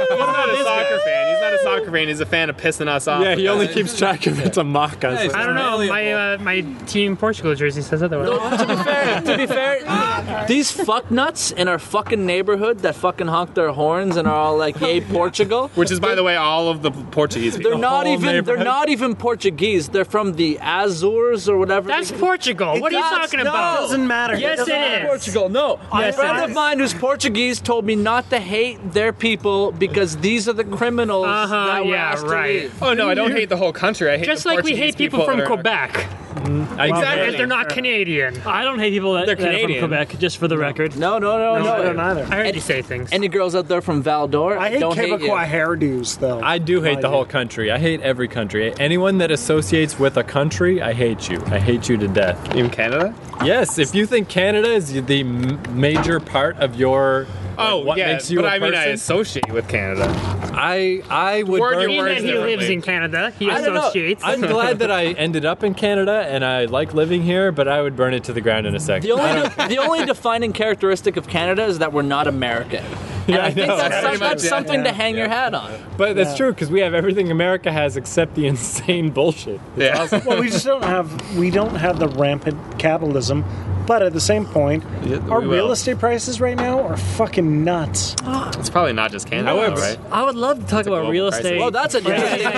Speaker 5: He's not a soccer fan. He's not a soccer fan. He's a fan of pissing us off.
Speaker 4: Yeah, he only keeps track of it to mock us.
Speaker 6: Hey,
Speaker 2: I don't know. My uh, my team Portugal jersey says otherwise.
Speaker 7: to be fair, to be fair, these fucknuts in our fucking neighborhood that fucking honk their horns and are all like, "Yay, Portugal."
Speaker 5: Which is, by the way, all of the Portuguese
Speaker 7: They're
Speaker 5: people.
Speaker 7: not
Speaker 4: whole
Speaker 7: even. They're
Speaker 4: neighborhood.
Speaker 7: not even Portuguese. They're from the Azores or whatever.
Speaker 2: That's
Speaker 7: They-
Speaker 2: Portugal. What are you
Speaker 7: That's-
Speaker 2: talking
Speaker 7: no.
Speaker 2: about?
Speaker 3: doesn't matter.
Speaker 2: Yes,
Speaker 3: doesn't
Speaker 2: it
Speaker 3: matter.
Speaker 2: is.
Speaker 7: Portugal. No, a
Speaker 2: Yes,
Speaker 7: friend
Speaker 2: it
Speaker 7: of
Speaker 2: is.
Speaker 7: mine who's Portuguese told me not to hate their people because these are the criminals
Speaker 2: Uh-huh,
Speaker 7: that were
Speaker 2: yeah,
Speaker 7: asked
Speaker 2: right.
Speaker 7: to leave.
Speaker 5: Oh no, I don't hate the whole country. I hate
Speaker 2: Just
Speaker 5: the
Speaker 2: like we
Speaker 5: Portuguese
Speaker 2: hate people,
Speaker 5: that
Speaker 2: from
Speaker 5: are-
Speaker 2: Quebec
Speaker 5: Exactly.
Speaker 2: because they're not Canadian. I don't hate people that,
Speaker 5: They're
Speaker 2: that are from
Speaker 5: Canadian.
Speaker 2: Quebec. Just for the record,
Speaker 7: No, no, no, no.
Speaker 3: I don't
Speaker 2: I
Speaker 3: either.
Speaker 2: heard you say things.
Speaker 7: Any girls out there from Val d'Or?
Speaker 3: I hate
Speaker 7: don't hate you.
Speaker 3: Quebecois hairdos, though.
Speaker 4: I do hate the
Speaker 3: I do.
Speaker 4: whole country. I hate every country. Anyone that associates with a country, I hate you. I hate you to death.
Speaker 5: in Canada.
Speaker 4: Yes, if you think Canada is the m- major part of your
Speaker 5: Oh
Speaker 4: like, what
Speaker 5: yeah,
Speaker 4: makes you
Speaker 5: but
Speaker 4: a
Speaker 5: I mean, I
Speaker 4: person,
Speaker 5: associate with Canada.
Speaker 4: I I would
Speaker 5: Word
Speaker 4: burn
Speaker 5: your
Speaker 2: Being
Speaker 5: words
Speaker 2: that he
Speaker 5: differently.
Speaker 2: lives in Canada, he
Speaker 4: I don't know.
Speaker 2: associates.
Speaker 4: I'm glad that I ended up in Canada and I like living here, but I would burn it to the ground in a second.
Speaker 7: The only the only defining characteristic of Canada is that we're not American. And
Speaker 4: I
Speaker 7: I think
Speaker 4: know.
Speaker 7: that's,
Speaker 4: Pretty
Speaker 7: some-
Speaker 5: much,
Speaker 7: that's
Speaker 5: yeah.
Speaker 7: something to hang your hat on.
Speaker 4: but that's true because we have everything America has except the insane bullshit.
Speaker 5: Yeah.
Speaker 3: well, we just don't have we don't have the rampant capitalism. But at the same point, our
Speaker 5: we will.
Speaker 3: real estate prices right now are fucking nuts.
Speaker 5: It's probably not just Canada,
Speaker 4: However-
Speaker 5: though, right?
Speaker 2: I would love to talk
Speaker 5: a
Speaker 2: about
Speaker 5: global
Speaker 2: real
Speaker 5: crisis.
Speaker 2: estate.
Speaker 7: Well, that's a
Speaker 2: Yeah, yeah,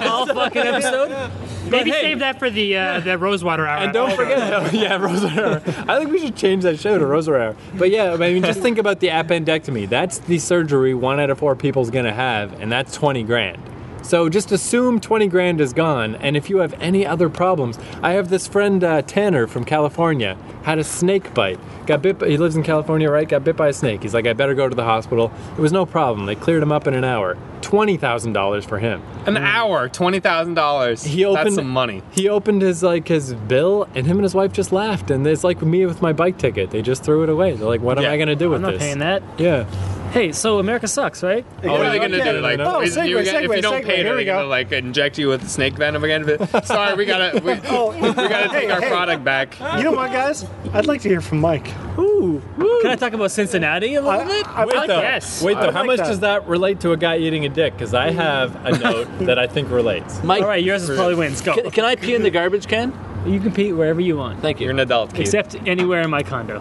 Speaker 2: yeah. all fucking episode. But
Speaker 1: Maybe
Speaker 2: hey,
Speaker 1: save that for the uh, the Rosewater hour.
Speaker 4: And don't forget, though, yeah, Rosa. I think we should change that show to Rosa Hour. But yeah, I mean, just think about the appendectomy. That's the surgery one out of four people's going to have, and that's 20 grand. So just assume 20 grand is gone, and if you have any other problems, I have this friend uh, Tanner from California had a snake bite. Got bit. By, he lives in California, right? Got bit by a snake. He's like, I better go to the hospital. It was no problem. They cleared him up in an hour. Twenty thousand dollars for him.
Speaker 5: An hour, twenty thousand dollars.
Speaker 4: He opened
Speaker 5: That's some money.
Speaker 4: He opened his like his bill, and him and his wife just laughed. And it's like me with my bike ticket; they just threw it away. They're like, "What am
Speaker 5: Yeah.
Speaker 4: I gonna do with
Speaker 2: I'm not
Speaker 4: this?"
Speaker 2: paying that.
Speaker 4: Yeah,
Speaker 2: Hey, so America sucks, right?
Speaker 5: Oh, what are they gonna
Speaker 3: okay.
Speaker 5: do? Like,
Speaker 3: Oh,
Speaker 5: is-
Speaker 3: segue,
Speaker 5: you, if
Speaker 3: segue,
Speaker 5: you don't
Speaker 3: segue.
Speaker 5: pay,
Speaker 3: Here
Speaker 5: are
Speaker 3: we
Speaker 5: they gonna
Speaker 3: go.
Speaker 5: like inject you with snake venom again? But- Sorry, we gotta we, we gotta take our
Speaker 3: hey.
Speaker 5: product back.
Speaker 3: You know what, guys? I'd like to hear from Mike.
Speaker 2: Can I talk about Cincinnati a little bit?
Speaker 3: I-
Speaker 4: wait though.
Speaker 2: yes.
Speaker 4: Wait though.
Speaker 3: I
Speaker 4: How
Speaker 3: like
Speaker 4: much
Speaker 3: that.
Speaker 4: does that relate to a guy eating a dick? Because I have a note that I think relates.
Speaker 7: Mike,
Speaker 2: All right, yours is probably wins. Go.
Speaker 7: can, can I pee in the garbage can?
Speaker 2: You can pee wherever you want,
Speaker 7: Thank you.
Speaker 5: You're an adult, Keith.
Speaker 2: except anywhere in my condo,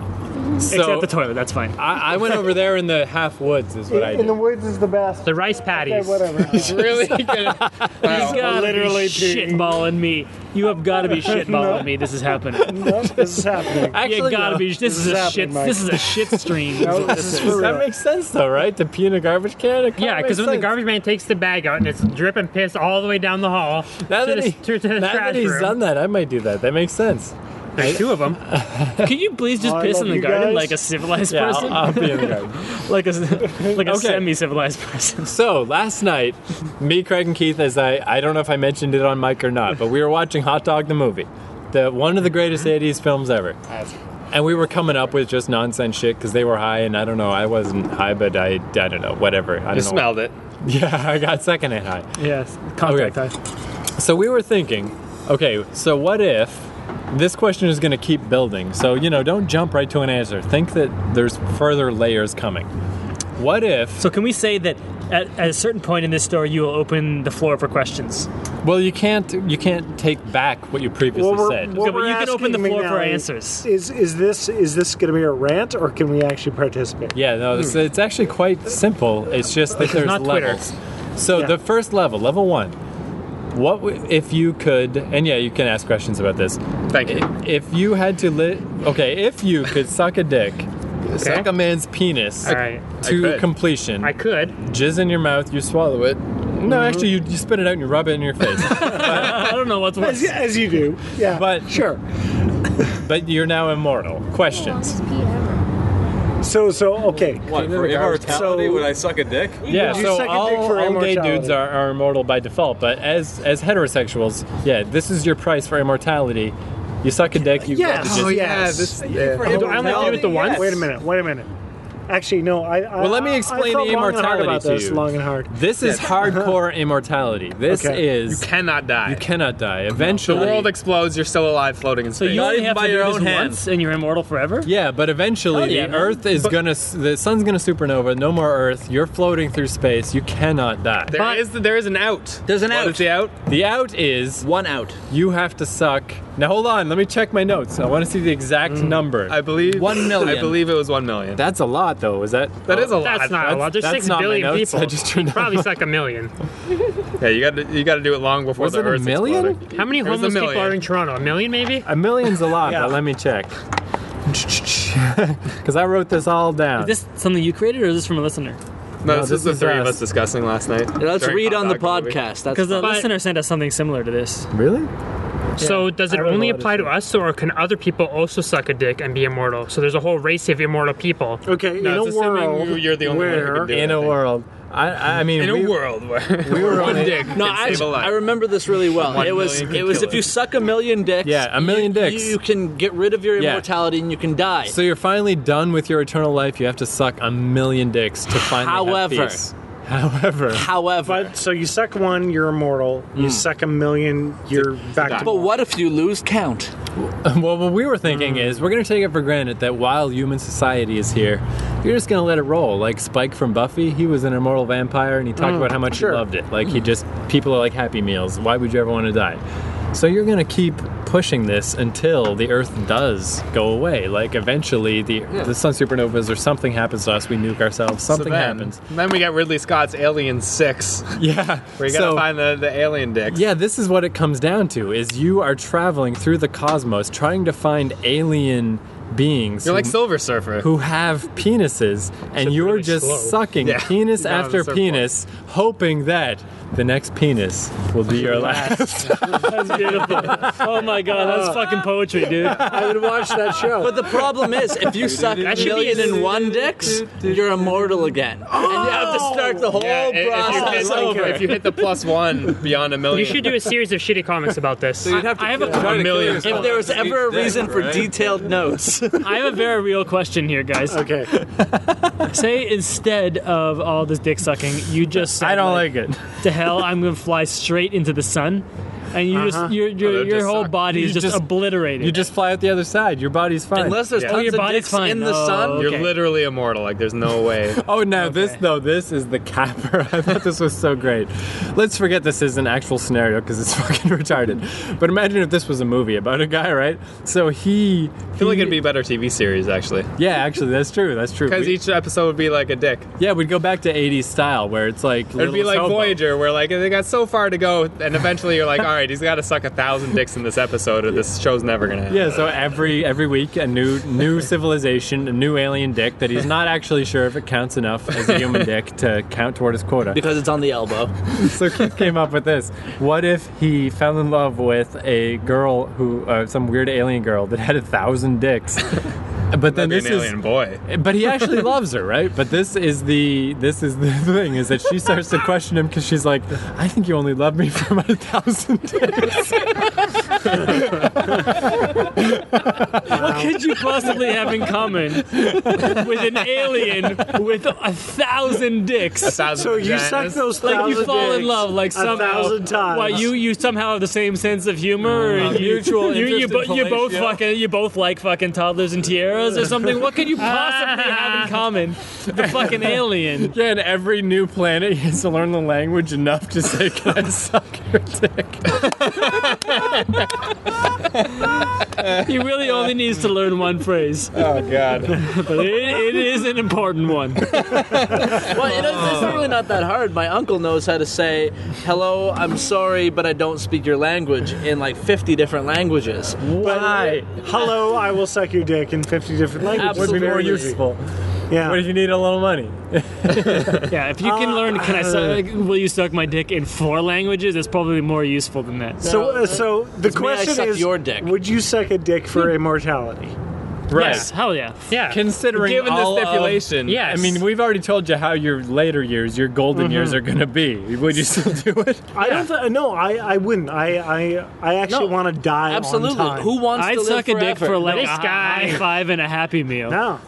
Speaker 4: So
Speaker 2: except the toilet. That's fine.
Speaker 4: I, I went over there in the half woods, is what I
Speaker 3: In
Speaker 4: did.
Speaker 3: the woods is the best.
Speaker 1: the rice patties.
Speaker 3: Okay, whatever.
Speaker 5: really gonna. Wow.
Speaker 2: You gotta
Speaker 3: Literally
Speaker 2: be
Speaker 3: peeing.
Speaker 2: shitballing me. You have gotta be shitballing
Speaker 3: No.
Speaker 2: me. This is happening.
Speaker 3: no, this is happening.
Speaker 2: you gotta
Speaker 4: no.
Speaker 2: be. This,
Speaker 3: is
Speaker 2: is, a
Speaker 3: happening,
Speaker 2: shit.
Speaker 3: Mike.
Speaker 2: This is a shit stream.
Speaker 3: No, this is for
Speaker 4: That
Speaker 3: real.
Speaker 4: makes sense though, right? To pee in a garbage can. It kinda
Speaker 1: Yeah, because when
Speaker 4: makes
Speaker 1: the
Speaker 4: sense.
Speaker 1: garbage man takes the bag out and it's dripping piss all the way down the hall
Speaker 4: Now
Speaker 1: to,
Speaker 4: that,
Speaker 1: the,
Speaker 4: he,
Speaker 1: to, to the
Speaker 4: now
Speaker 1: trash
Speaker 4: that he's
Speaker 1: room.
Speaker 4: done that, I might do that. That makes sense.
Speaker 1: There's two of them.
Speaker 2: Can you please just
Speaker 3: I
Speaker 2: piss
Speaker 3: love
Speaker 2: in the
Speaker 3: you
Speaker 2: garden
Speaker 3: guys.
Speaker 2: like a civilized
Speaker 4: Yeah,
Speaker 2: person,
Speaker 4: I'll, I'll pee in the garbage.
Speaker 2: like a like a
Speaker 4: Okay.
Speaker 2: semi-civilized person?
Speaker 4: So last night, me, Craig, and Keith, as I I don't know if I mentioned it on mic or not, but we were watching Hot Dog the movie, the one of the greatest '80s films ever. And we were coming up with just nonsense shit because they were high, and I don't know, I wasn't high, but I I don't know, whatever. I don't
Speaker 5: You
Speaker 4: know.
Speaker 5: smelled it.
Speaker 4: Yeah, I got secondhand high.
Speaker 2: Yes, contact
Speaker 4: Okay.
Speaker 2: high.
Speaker 4: So we were thinking, okay, so what if this question is going to keep building? So, you know, don't jump right to an answer. Think that there's further layers coming. What if?
Speaker 2: So can we say that at, at a certain point in this story, you will open the floor for questions?
Speaker 4: Well, you can't you can't take back what you previously said.
Speaker 2: Yeah, but
Speaker 3: we're
Speaker 2: you can open the
Speaker 3: asking
Speaker 2: floor
Speaker 3: me
Speaker 2: for
Speaker 3: now
Speaker 2: answers.
Speaker 3: Is is this is this going to be a rant or can we actually participate?
Speaker 4: yeah, no, it's, it's actually quite simple. It's just that there's
Speaker 2: not Twitter.
Speaker 4: levels. So
Speaker 3: Yeah.
Speaker 4: the first level, level one, what w- if you could? And yeah, you can ask questions about this.
Speaker 5: Thank you.
Speaker 4: If you had to li okay, if you could suck a dick, suck a man's penis
Speaker 1: All right.
Speaker 4: to
Speaker 5: could.
Speaker 4: completion,
Speaker 1: I could.
Speaker 4: jizz in your mouth, you swallow it. No, actually, you, you spit it out and you rub it in your face.
Speaker 2: I don't know what's
Speaker 3: As,
Speaker 2: worse.
Speaker 3: as you do. Yeah.
Speaker 4: But-
Speaker 3: sure.
Speaker 4: but you're now immortal. Questions?
Speaker 9: Longest pee ever.
Speaker 3: So so okay.
Speaker 6: What, for immortality,
Speaker 3: So-
Speaker 6: would I suck a dick?
Speaker 4: Yeah,
Speaker 3: You
Speaker 4: so
Speaker 3: suck a dick
Speaker 4: all,
Speaker 3: for
Speaker 4: all gay
Speaker 3: immortality.
Speaker 4: dudes are, are immortal by default, but as as heterosexuals, yeah, this is your price for immortality. You suck a dick, you
Speaker 3: Yes.
Speaker 4: rub the jizz-
Speaker 3: Oh, yeah, this- yeah.
Speaker 6: For immortality,
Speaker 1: I only do it the once?
Speaker 3: Wait a minute. Wait a minute. Actually, no. I, I
Speaker 4: Well, let me
Speaker 3: I- I
Speaker 4: explain
Speaker 3: thought
Speaker 4: the
Speaker 3: long and hard
Speaker 4: immortality
Speaker 3: about
Speaker 4: to
Speaker 3: this,
Speaker 4: you.
Speaker 3: Long and hard.
Speaker 4: This is hardcore immortality. This
Speaker 3: Okay.
Speaker 5: You
Speaker 4: is
Speaker 5: cannot die.
Speaker 4: you cannot die.
Speaker 5: the
Speaker 4: Eventually,
Speaker 5: world explodes. You're still alive, floating in
Speaker 2: So
Speaker 5: space.
Speaker 2: you only
Speaker 7: even
Speaker 2: have
Speaker 7: by
Speaker 2: to do
Speaker 7: your
Speaker 2: this
Speaker 7: own hand.
Speaker 2: once, and you're immortal forever.
Speaker 4: Yeah, but eventually
Speaker 2: Hell yeah,
Speaker 4: the
Speaker 2: man.
Speaker 4: Earth is gonna, s- the sun's gonna supernova. No more Earth. You're floating through space. You cannot die.
Speaker 5: there is there is an out.
Speaker 7: There's an
Speaker 5: What
Speaker 7: out.
Speaker 5: is the out?
Speaker 4: The out is
Speaker 7: One out.
Speaker 4: you have to suck. Now hold on, let me check my notes. I want to see the exact
Speaker 3: Mm.
Speaker 4: number.
Speaker 5: I believe
Speaker 7: One million.
Speaker 5: I believe it was one million.
Speaker 4: that's a lot, though. Is that?
Speaker 5: that is a lot.
Speaker 1: That's not a lot. There's
Speaker 4: that's
Speaker 1: six
Speaker 4: not my
Speaker 1: billion
Speaker 4: notes.
Speaker 1: people.
Speaker 4: I just turned
Speaker 1: Probably suck a million.
Speaker 5: Yeah, you got to you got to do it long before
Speaker 4: Was
Speaker 5: the
Speaker 4: it a
Speaker 5: Earth's
Speaker 4: million?
Speaker 5: exploding.
Speaker 1: How many
Speaker 5: It was a
Speaker 1: homeless people
Speaker 5: million.
Speaker 1: are in Toronto? A million, maybe?
Speaker 4: a million's a lot, but let me check. Because I wrote this all down.
Speaker 2: Is this something you created, or is this from a listener?
Speaker 5: No,
Speaker 4: No,
Speaker 5: this,
Speaker 4: this
Speaker 5: is the
Speaker 4: is
Speaker 5: three of
Speaker 4: us.
Speaker 5: us discussing last night.
Speaker 7: Let's
Speaker 5: during
Speaker 7: read
Speaker 5: Hot
Speaker 7: on the
Speaker 5: Dog Movie.
Speaker 7: podcast. That's
Speaker 2: Because the
Speaker 7: fun.
Speaker 2: listener sent us something similar to this.
Speaker 4: really?
Speaker 1: So does it
Speaker 4: I wrote
Speaker 1: only
Speaker 4: a lot of
Speaker 1: apply to
Speaker 4: shit.
Speaker 1: us, or can other people also suck a dick and be immortal? So there's a whole race of immortal people.
Speaker 3: Okay.
Speaker 5: No,
Speaker 3: in
Speaker 5: it's
Speaker 3: a
Speaker 5: assuming
Speaker 3: world
Speaker 5: you're the only one who
Speaker 3: where
Speaker 5: can do it,
Speaker 4: In
Speaker 5: I
Speaker 4: a
Speaker 5: think.
Speaker 4: world, I, I mean,
Speaker 5: In
Speaker 4: we-
Speaker 5: a world where we
Speaker 4: were
Speaker 5: one
Speaker 4: only-
Speaker 5: dick
Speaker 7: No,
Speaker 5: can save a
Speaker 7: actually,
Speaker 5: life.
Speaker 7: I remember this really well.
Speaker 5: One
Speaker 7: It was
Speaker 5: million could
Speaker 7: it was
Speaker 5: kill
Speaker 7: if you
Speaker 5: it.
Speaker 7: suck a million dicks.
Speaker 4: Yeah, a million
Speaker 7: you-
Speaker 4: dicks.
Speaker 7: You, can get rid of your
Speaker 4: Yeah.
Speaker 7: immortality and you can die.
Speaker 4: So you're finally done with your eternal life. You have to suck a million dicks to finally
Speaker 7: However.
Speaker 4: have peace. However,
Speaker 7: However,
Speaker 3: But so you suck one, you're immortal. You suck a million, you're back to
Speaker 7: but what if you lose count?
Speaker 4: well, what we were thinking is we're going to take it for granted that while human society is here, you're just going to let it roll. Like Spike from Buffy, he was an immortal
Speaker 5: Mm,
Speaker 4: vampire and he talked about how much
Speaker 3: sure.
Speaker 4: he loved it. Like he just people are like Happy Meals. Why would you ever want to die? So you're going to keep pushing this until the Earth does go away. Like eventually, the the sun supernovas or something happens to us. We nuke ourselves.
Speaker 5: So
Speaker 4: Something
Speaker 5: then,
Speaker 4: happens.
Speaker 5: Then we got Ridley Scott's Alien Six,
Speaker 4: Yeah.
Speaker 5: where you gotta
Speaker 4: so,
Speaker 5: find the, the alien dicks.
Speaker 4: Yeah, this is what it comes down to: is you are traveling through the cosmos, trying to find alien beings.
Speaker 5: You're like
Speaker 4: who-
Speaker 5: Silver Surfer.
Speaker 4: who have penises, and you're
Speaker 2: really
Speaker 4: just
Speaker 2: slow.
Speaker 4: sucking
Speaker 5: Yeah.
Speaker 4: penis
Speaker 5: Down
Speaker 4: after
Speaker 5: the surfboard.
Speaker 4: penis, hoping that the next penis will be your last.
Speaker 2: That's beautiful. Oh my god, that's fucking poetry, dude.
Speaker 3: I would watch that show.
Speaker 7: But the problem is, if you suck a
Speaker 2: should be
Speaker 7: million
Speaker 2: in-
Speaker 7: and one dicks, you're immortal again, and you have to start the whole
Speaker 5: Yeah, i-
Speaker 7: process
Speaker 5: if, you hit,
Speaker 7: over.
Speaker 5: like, if you hit the plus one beyond a million,
Speaker 2: You should do a series of shitty comics about this.
Speaker 6: you'd have to
Speaker 2: I, I have
Speaker 6: kill-
Speaker 2: a,
Speaker 6: try to kill
Speaker 5: million.
Speaker 6: yourself.
Speaker 7: if there was
Speaker 6: It's
Speaker 7: ever a
Speaker 6: dead,
Speaker 7: reason for
Speaker 6: right?
Speaker 7: detailed notes,
Speaker 2: I have a very real question here, guys.
Speaker 3: okay.
Speaker 2: Say instead of all this dick sucking, you just said,
Speaker 4: I don't like it.
Speaker 2: to hell. I'm gonna fly straight into the sun, and you just your
Speaker 5: Oh,
Speaker 2: your,
Speaker 5: that
Speaker 2: your
Speaker 5: just
Speaker 2: whole
Speaker 5: sucked.
Speaker 2: body
Speaker 4: You
Speaker 2: is just,
Speaker 4: just-
Speaker 2: obliterated.
Speaker 4: You just fly out the other side. Your body's fine.
Speaker 7: unless there's
Speaker 5: Yeah. Oh,
Speaker 7: tons
Speaker 2: your
Speaker 7: of
Speaker 2: body's
Speaker 7: dicks
Speaker 2: fine.
Speaker 7: in the
Speaker 2: Oh,
Speaker 7: sun,
Speaker 2: okay.
Speaker 5: You're literally immortal. Like there's no way.
Speaker 4: Oh, now this though, this is the capper. I thought this was so great. Let's forget this is an actual scenario because it's fucking retarded. But imagine if this was a movie about a guy, right? So he,
Speaker 5: I feel like it'd be a better TV series actually,
Speaker 4: yeah, actually, that's true. That's true.
Speaker 5: because
Speaker 4: We-
Speaker 5: each episode would be like a dick.
Speaker 4: yeah, we'd go back to '80s style where it's like
Speaker 5: It'd be
Speaker 4: Little
Speaker 5: like
Speaker 4: Hobo.
Speaker 5: Voyager, where like they got so far to go, and eventually you're like, all right, he's got to suck a thousand dicks in this episode, or this show's never gonna. End.
Speaker 4: Yeah, so every every week a new new civilization, a new alien dick that he's not actually sure if it counts enough as a human dick to count toward his quota.
Speaker 7: because it's on the elbow.
Speaker 4: So Keith came up with this. What if he fell in love with a girl who uh, some weird alien girl that had a thousand dicks? But then
Speaker 5: That'd be
Speaker 4: this
Speaker 5: an
Speaker 4: is
Speaker 5: alien boy.
Speaker 4: but he actually loves her, right? But this is the this is the thing is that she starts to question him because she's like, I think you only love me for my thousand dicks.
Speaker 2: what could you possibly have in common with an alien with a thousand dicks?
Speaker 5: Thousand
Speaker 3: So you
Speaker 5: vaginas.
Speaker 3: suck those
Speaker 2: Like
Speaker 3: thousand
Speaker 2: you fall in
Speaker 3: dicks
Speaker 2: love, like
Speaker 3: a
Speaker 2: somehow.
Speaker 3: thousand times.
Speaker 2: Why you you somehow have the same sense of humor and Oh, you,
Speaker 6: mutual
Speaker 2: you, you,
Speaker 6: interest
Speaker 2: bo-
Speaker 6: in
Speaker 2: you both
Speaker 6: fellatio.
Speaker 2: fucking you both like fucking toddlers and tiaras or something. What could you possibly have in common with the fucking alien?
Speaker 4: yeah, and every new planet he has to learn the language enough to say, Can I suck your dick?
Speaker 2: He really only needs to learn one phrase. Oh god, but it, it is an important one.
Speaker 7: Well, you know, it's really not that hard. My uncle knows how to say, hello, I'm sorry, but I don't speak your language in like 50 different languages.
Speaker 4: Why?
Speaker 3: Hello, I will suck your dick in 50 different languages.
Speaker 4: Would be more
Speaker 3: Very easy.
Speaker 4: useful. What if
Speaker 3: Yeah.
Speaker 4: you need a little money?
Speaker 2: Yeah, if you can
Speaker 3: Uh,
Speaker 2: learn, can I suck? Will you suck my dick in four languages? It's probably more useful than that.
Speaker 3: So, uh, so the
Speaker 7: me, I
Speaker 3: question
Speaker 7: suck
Speaker 3: is,
Speaker 7: your dick.
Speaker 3: would you suck a dick for immortality?
Speaker 4: Right.
Speaker 2: Yes, hell yeah.
Speaker 1: Yeah.
Speaker 4: Considering
Speaker 5: Given
Speaker 4: all
Speaker 5: the
Speaker 4: of-
Speaker 5: stipulation,
Speaker 1: yes.
Speaker 4: I mean, we've already told you how your later years, your golden years, are going to be. Would you still do it?
Speaker 3: I don't. Th- no, I, I wouldn't. I, I, I actually
Speaker 7: No.
Speaker 3: want to die. On
Speaker 7: Absolutely.
Speaker 3: time.
Speaker 7: Who wants
Speaker 2: I'd
Speaker 7: to live
Speaker 2: suck a dick
Speaker 7: forever?
Speaker 2: for like
Speaker 1: Nice
Speaker 2: a
Speaker 1: guy.
Speaker 2: high five and a happy meal.
Speaker 3: No.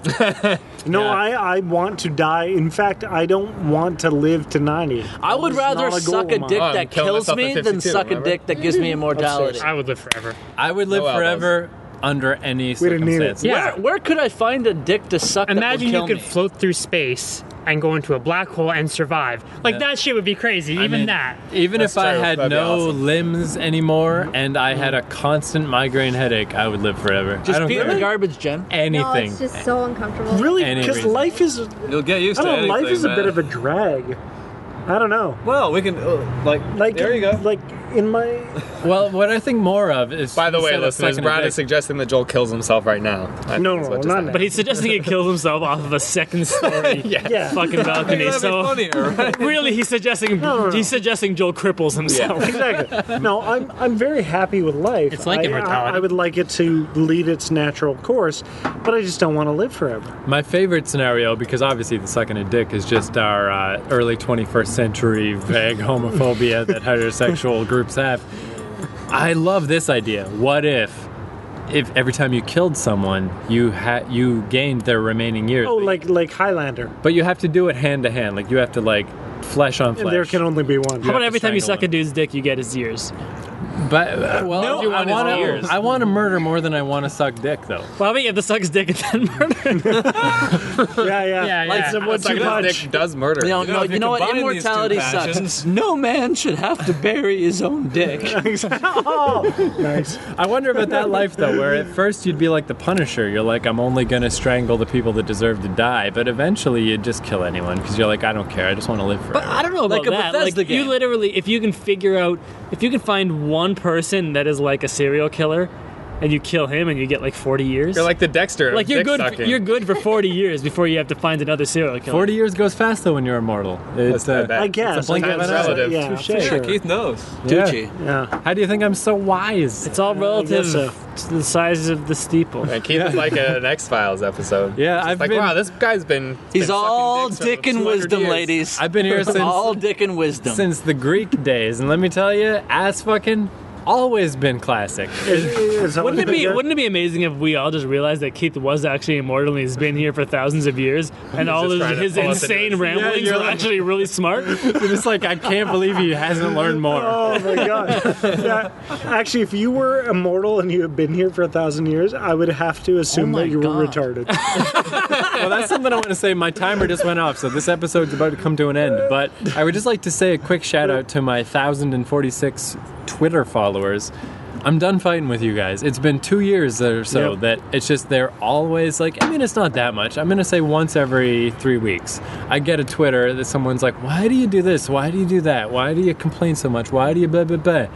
Speaker 3: no, I, I want to die. In fact, I don't want to live to 90.
Speaker 7: I would
Speaker 3: It's not
Speaker 7: rather
Speaker 3: a goal
Speaker 7: suck a
Speaker 3: of mine.
Speaker 7: dick
Speaker 5: Oh, I'm
Speaker 7: that
Speaker 5: killing
Speaker 7: kills
Speaker 5: myself at
Speaker 7: me than
Speaker 5: 52,
Speaker 7: suck a
Speaker 5: remember?
Speaker 7: dick that gives me immortality.
Speaker 2: I would live forever.
Speaker 4: I would live
Speaker 5: No elbows.
Speaker 4: forever under any
Speaker 3: We didn't need it.
Speaker 4: circumstance.
Speaker 1: Yeah.
Speaker 7: Where, where could I find a dick to suck
Speaker 1: Imagine
Speaker 7: that
Speaker 1: you
Speaker 7: would kill
Speaker 1: could
Speaker 7: me?
Speaker 1: float through space and go into a black hole and survive. Like that shit would be crazy. Even
Speaker 4: mean,
Speaker 1: that.
Speaker 4: Even
Speaker 5: That's
Speaker 4: if I
Speaker 5: true.
Speaker 4: had
Speaker 5: That'd be
Speaker 4: no
Speaker 5: awesome.
Speaker 4: limbs anymore and I had a constant migraine headache, I would live forever. I
Speaker 7: Just
Speaker 4: don't
Speaker 7: be in
Speaker 4: care.
Speaker 7: the garbage, Jen.
Speaker 9: No,
Speaker 4: anything.
Speaker 9: it's just so uncomfortable.
Speaker 3: Really?
Speaker 4: Any
Speaker 3: Because
Speaker 4: reason.
Speaker 3: life is. I
Speaker 6: You'll get used
Speaker 3: don't
Speaker 6: to
Speaker 3: know.
Speaker 6: anything,
Speaker 3: life is a
Speaker 6: man.
Speaker 3: bit of a drag. I don't know.
Speaker 6: Well, we can uh, like,
Speaker 3: Like
Speaker 6: there you go.
Speaker 3: Like in my.
Speaker 4: well, what I think more of is.
Speaker 5: By the way,
Speaker 4: instead of
Speaker 5: listeners,
Speaker 4: sucking a
Speaker 5: Brad
Speaker 4: dick-
Speaker 5: is suggesting that Joel kills himself right now. I
Speaker 3: No,
Speaker 5: think is
Speaker 3: no,
Speaker 5: what just
Speaker 3: not
Speaker 5: happened.
Speaker 3: now.
Speaker 2: But he's suggesting he kills himself off of a second story
Speaker 3: Yeah.
Speaker 2: fucking
Speaker 6: That'd
Speaker 2: balcony.
Speaker 6: be
Speaker 2: so
Speaker 6: funnier, right?
Speaker 2: really, he's suguggesting
Speaker 3: no, no.
Speaker 2: he's suggesting Joel cripples himself.
Speaker 3: Exactly. No, I'm I'm very happy with life.
Speaker 1: It's like
Speaker 3: I-
Speaker 1: immortality.
Speaker 3: I, I would like it to lead its natural course, but I just don't want to live forever.
Speaker 4: My favorite scenario, because obviously the sucking a dick is just our uh, early 21st century vague homophobia that heterosexual groups have. I love this idea. What if, if every time you killed someone, you had you gained their remaining years?
Speaker 3: Oh, like like Highlander.
Speaker 4: but you have to do it hand to hand. Like you have to like flesh on flesh.
Speaker 3: There can only be one.
Speaker 2: How
Speaker 4: have
Speaker 2: about
Speaker 4: to
Speaker 2: every time you
Speaker 4: strangle
Speaker 2: suck a dude's dick, you get his ears?
Speaker 4: But uh, well,
Speaker 5: No, you want
Speaker 4: I
Speaker 5: his
Speaker 4: want
Speaker 5: ears.
Speaker 4: to. I want to murder more than I want to suck dick, though.
Speaker 2: Bobby, you have to suck his dick and then murder.
Speaker 3: Yeah, yeah.
Speaker 2: yeah.
Speaker 5: What's like this dick does murder.
Speaker 7: You know, no,
Speaker 6: if
Speaker 7: you know what?
Speaker 6: combine these two
Speaker 7: Immortality sucks.
Speaker 6: passions-
Speaker 7: No man should have to bury his own dick.
Speaker 3: Nice.
Speaker 4: I wonder about that life though, where at first you'd be like the Punisher. You're like, I'm only gonna strangle the people that deserve to die, but eventually you'd just kill anyone because you're like, I don't care. I just want to live forever.
Speaker 2: I don't know about
Speaker 7: Like a
Speaker 2: that.
Speaker 7: Bethesda
Speaker 2: like you
Speaker 7: game.
Speaker 2: literally, if you can figure out, if you can find one person that is like a serial killer, and you kill him, and you get like forty years.
Speaker 5: You're like the Dexter. of
Speaker 2: Like, you're
Speaker 5: dick
Speaker 2: good.
Speaker 5: Sucking.
Speaker 2: You're good for forty years before you have to find another serial killer.
Speaker 4: Forty years goes fast though when you're immortal. It's,
Speaker 5: I
Speaker 4: uh,
Speaker 5: bet.
Speaker 3: I guess.
Speaker 4: It's a blink
Speaker 3: I
Speaker 4: of
Speaker 3: guess.
Speaker 4: an eye.
Speaker 5: Relative.
Speaker 3: Yeah,
Speaker 6: Yeah,
Speaker 3: for sure.
Speaker 6: Keith knows.
Speaker 4: yeah.
Speaker 7: Gucci.
Speaker 3: Yeah.
Speaker 4: How do you think I'm so wise?
Speaker 2: It's all relative
Speaker 3: so.
Speaker 2: to the size of the steeple.
Speaker 5: And Keith is like an X Files episode.
Speaker 4: Yeah,
Speaker 5: Just
Speaker 4: I've
Speaker 5: like
Speaker 4: been-
Speaker 5: wow, this guy's been.
Speaker 7: He's
Speaker 5: been sucking
Speaker 7: all
Speaker 5: dicks for
Speaker 7: dick and
Speaker 5: 200
Speaker 7: wisdom,
Speaker 5: years.
Speaker 7: ladies.
Speaker 4: I've been here since
Speaker 7: all dick and wisdom.
Speaker 4: since the Greek days, and let me tell you, ass fucking always been classic.
Speaker 2: Wouldn't it be Wouldn't it be amazing if we all just realized that Keith was actually immortal and he's been here for thousands of years, and all
Speaker 5: just trying
Speaker 2: of
Speaker 5: to
Speaker 2: his
Speaker 5: pull us into
Speaker 2: insane
Speaker 5: this.
Speaker 2: ramblings
Speaker 4: you're
Speaker 2: were
Speaker 4: like-
Speaker 2: actually really smart?
Speaker 4: It's just like I can't believe he hasn't learned more.
Speaker 3: Oh my god! Yeah. Actually, if you were immortal and you had been here for a thousand years, I would have to assume
Speaker 7: my
Speaker 2: Oh,
Speaker 3: that you were
Speaker 7: God.
Speaker 3: retarded.
Speaker 4: Well, that's something I want to say. My timer just went off, so this episode's about to come to an end. But I would just like to say a quick shout out to my 1,046 Twitter followers. I'm done fighting with you guys. It's been two years or so
Speaker 3: Yep.
Speaker 4: that it's just they're always like, I mean, it's not that much. I'm going to say once every three weeks. I get a Twitter that someone's like, Why do you do this? Why do you do that? Why do you complain so much? Why do you blah, blah, blah?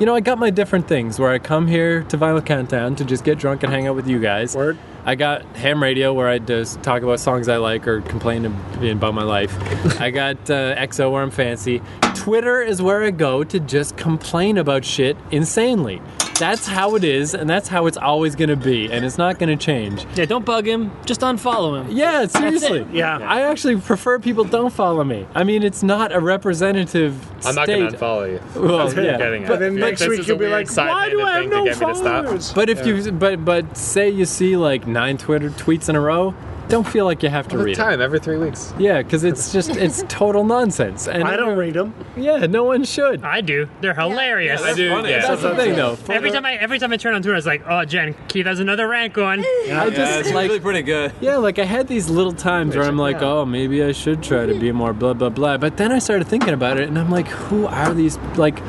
Speaker 4: You know, I got my different things where I come here to Violent Countdown to just get drunk and hang out with you guys.
Speaker 3: Word.
Speaker 4: I got ham radio where I just talk about songs I like or complain ab- about my life. I got uh, XO where I'm fancy. Twitter is where I go to just complain about shit insanely. That's how it is, and that's how it's always going to be, and it's not going to change.
Speaker 2: yeah, don't bug him. Just unfollow him.
Speaker 4: Yeah, seriously.
Speaker 3: Yeah.
Speaker 4: I actually prefer people don't follow me. I mean, it's not a representative
Speaker 5: I'm not
Speaker 4: state.
Speaker 5: gonna unfollow you.
Speaker 4: Well, yeah.
Speaker 5: Getting
Speaker 3: But
Speaker 5: at.
Speaker 3: then
Speaker 5: Yeah,
Speaker 3: next
Speaker 5: this
Speaker 3: week
Speaker 5: is a
Speaker 3: you'll be like,
Speaker 5: weird
Speaker 3: "Why
Speaker 5: side-handed
Speaker 3: do I have
Speaker 5: thing to
Speaker 3: no
Speaker 5: get me to stop."
Speaker 3: followers?"
Speaker 4: But if you but but say you see like nine Twitter tweets in a row, don't feel like you have to
Speaker 5: All the
Speaker 4: read it.
Speaker 5: time, every three weeks.
Speaker 4: Yeah, because it's just it's total nonsense. And
Speaker 3: I don't read them.
Speaker 4: Yeah, no one should.
Speaker 2: I do. They're hilarious.
Speaker 5: I do.
Speaker 6: funny.
Speaker 5: Yeah.
Speaker 4: That's the thing, though.
Speaker 2: Every time I every time I turn on Twitter, it's like, oh, Jen, Keith has another rank on.
Speaker 4: I
Speaker 6: Yeah, it's
Speaker 4: just like
Speaker 6: really pretty good.
Speaker 4: yeah, like I had these little times where I'm like, oh, maybe I should try to be more blah blah blah. But then I started thinking about it, and I'm like, who are these? Like,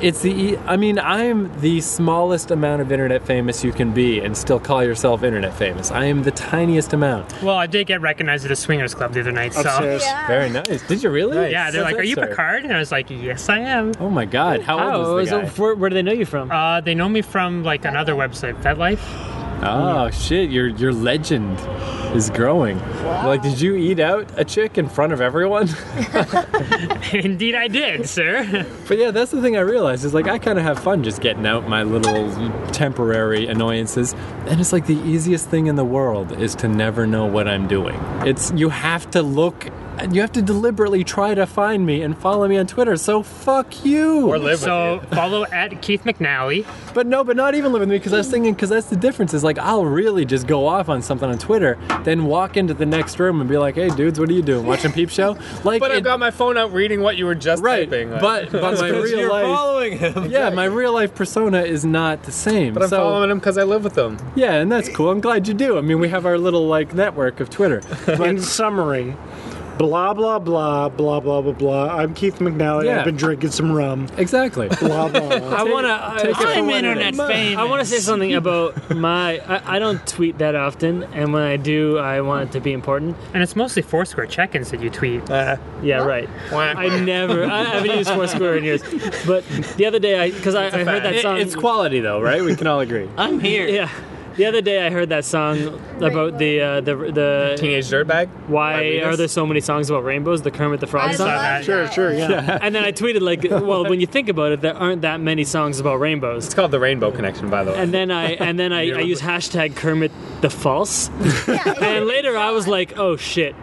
Speaker 4: it's the. e-, I mean, I'm the smallest amount of internet famous you can be, and still call yourself internet famous. I am the tiniest amount.
Speaker 2: Well, I did get recognized at a swingers club the other night,
Speaker 3: Upstairs.
Speaker 9: Yeah.
Speaker 4: Very nice. Did you really?
Speaker 2: Yeah, they're like,
Speaker 4: That's
Speaker 2: "Are you
Speaker 4: absurd.
Speaker 2: Picard?" And I was like, "Yes, I am."
Speaker 4: Oh my God! How old is the guy?
Speaker 2: where, where do they know you from? Uh, they know me from like another website, FetLife.
Speaker 4: Oh shit, your your legend is growing. Like did you eat out a chick in front of everyone?
Speaker 2: Indeed, I did, sir.
Speaker 4: but yeah, that's the thing I realized is like I kind of have fun just getting out my little temporary annoyances and it's like the easiest thing in the world is to never know what I'm doing. It's you have to look you have to deliberately try to find me and follow me on Twitter. So fuck you.
Speaker 5: Or live
Speaker 2: so
Speaker 5: with
Speaker 2: follow at Keith McNally.
Speaker 4: But no, but not even live with me because I was thinking because that's the difference is like I'll really just go off on something on Twitter, then walk into the next room and be like, "Hey, dudes, what are you doing? Watching Peep Show?" Like,
Speaker 5: But
Speaker 4: it-
Speaker 5: I've got my phone out reading what you were just
Speaker 4: right.
Speaker 5: typing. like-
Speaker 4: but but my
Speaker 6: Because
Speaker 4: real
Speaker 6: you're
Speaker 4: life,
Speaker 6: following him.
Speaker 4: yeah, my real life persona is not the same.
Speaker 5: But I'm
Speaker 4: so
Speaker 5: following him because I live with him.
Speaker 4: yeah, and that's cool. I'm glad you do. I mean, we have our little like network of Twitter.
Speaker 3: In summary, blah blah blah blah blah blah blah. I'm Keith McNally.
Speaker 4: Yeah.
Speaker 3: I've been drinking some rum.
Speaker 4: exactly.
Speaker 3: Blah blah.
Speaker 2: I want
Speaker 4: take it
Speaker 2: to.
Speaker 4: for
Speaker 2: I'm
Speaker 4: what it
Speaker 2: internet famous. I want to say something about my. I, I don't tweet that often, and when I do, I want it to be important. And it's mostly Foursquare check-ins that you tweet. yeah, right. I never. I haven't used Foursquare in years. But the other day, I because I, I heard
Speaker 5: fact.
Speaker 2: that
Speaker 4: It-
Speaker 2: song.
Speaker 4: it's quality though, right? We can all agree.
Speaker 7: I'm here.
Speaker 2: Yeah. The other day I heard that song about the uh, the the
Speaker 5: Teenage dirtbag.
Speaker 2: why
Speaker 5: Leaders.
Speaker 2: are there so many songs about rainbows? The Kermit the Frog
Speaker 9: I
Speaker 2: song.
Speaker 9: love
Speaker 3: Sure,
Speaker 9: that
Speaker 3: sure,
Speaker 9: one.
Speaker 3: yeah.
Speaker 2: And then I tweeted like, well, when you think about it, there aren't that many songs about rainbows.
Speaker 5: It's called the Rainbow Connection, by the way.
Speaker 2: And then I and then I, I use hashtag Kermit the False. And later I was like, oh shit,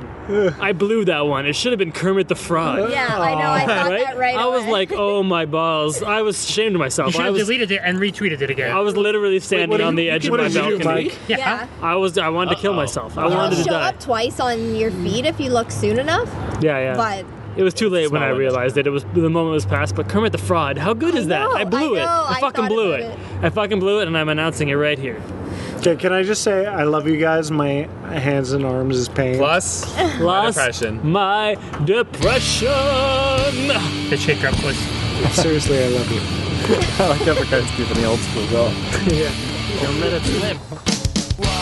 Speaker 2: I blew that one. It should have been Kermit the Frog.
Speaker 9: Yeah, I know. I thought
Speaker 2: Right?
Speaker 9: that right
Speaker 2: I was
Speaker 9: away.
Speaker 2: like, oh my balls! I was ashamed of myself. I was,
Speaker 10: deleted it and retweeted it again.
Speaker 2: I was literally standing
Speaker 3: did
Speaker 2: on
Speaker 3: you-
Speaker 2: the edge of
Speaker 3: what
Speaker 2: my
Speaker 3: did you do,
Speaker 2: balcony.
Speaker 3: Mike?
Speaker 9: yeah.
Speaker 2: I was I wanted to kill myself. I
Speaker 9: It'll
Speaker 2: wanted to
Speaker 9: show
Speaker 2: die.
Speaker 9: up twice on your feed if you look soon enough,
Speaker 2: Yeah, yeah.
Speaker 9: but
Speaker 2: It was too late when I
Speaker 5: Small
Speaker 2: realized it. It was the moment was past. But Kermit the Fraud, how good is that?
Speaker 8: know,
Speaker 2: I blew
Speaker 8: I
Speaker 2: it.
Speaker 8: know,
Speaker 2: I
Speaker 8: I
Speaker 2: fucking
Speaker 8: thought
Speaker 2: blew
Speaker 8: about
Speaker 2: it.
Speaker 8: it.
Speaker 2: I fucking blew it, and I'm announcing it right here.
Speaker 3: Okay, can I just say I love you guys? My hands and arms is pain.
Speaker 11: Plus,
Speaker 2: Plus
Speaker 11: depression.
Speaker 2: my depression.
Speaker 1: Pitch hit grab push.
Speaker 3: Seriously, I love you.
Speaker 5: I like uppercuts keeping the old school go.
Speaker 2: Don't let it slip.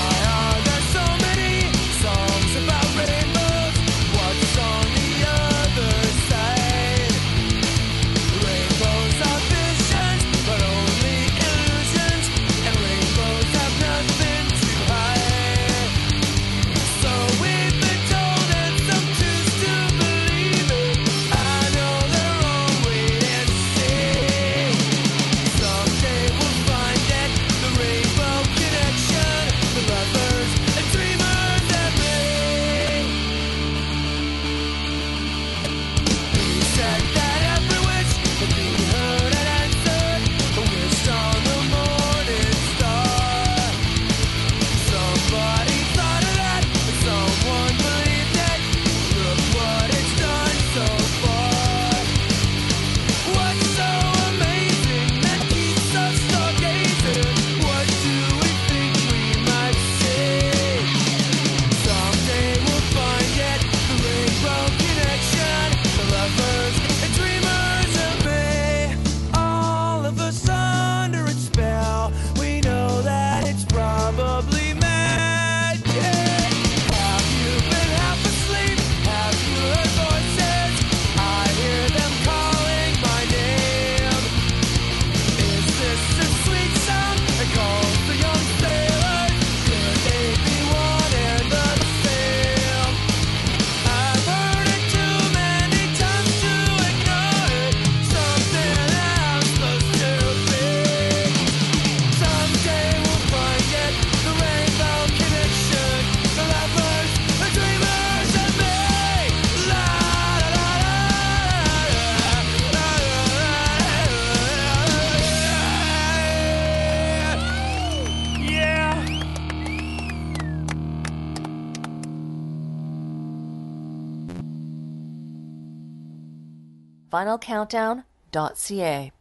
Speaker 7: finalcountdown.ca.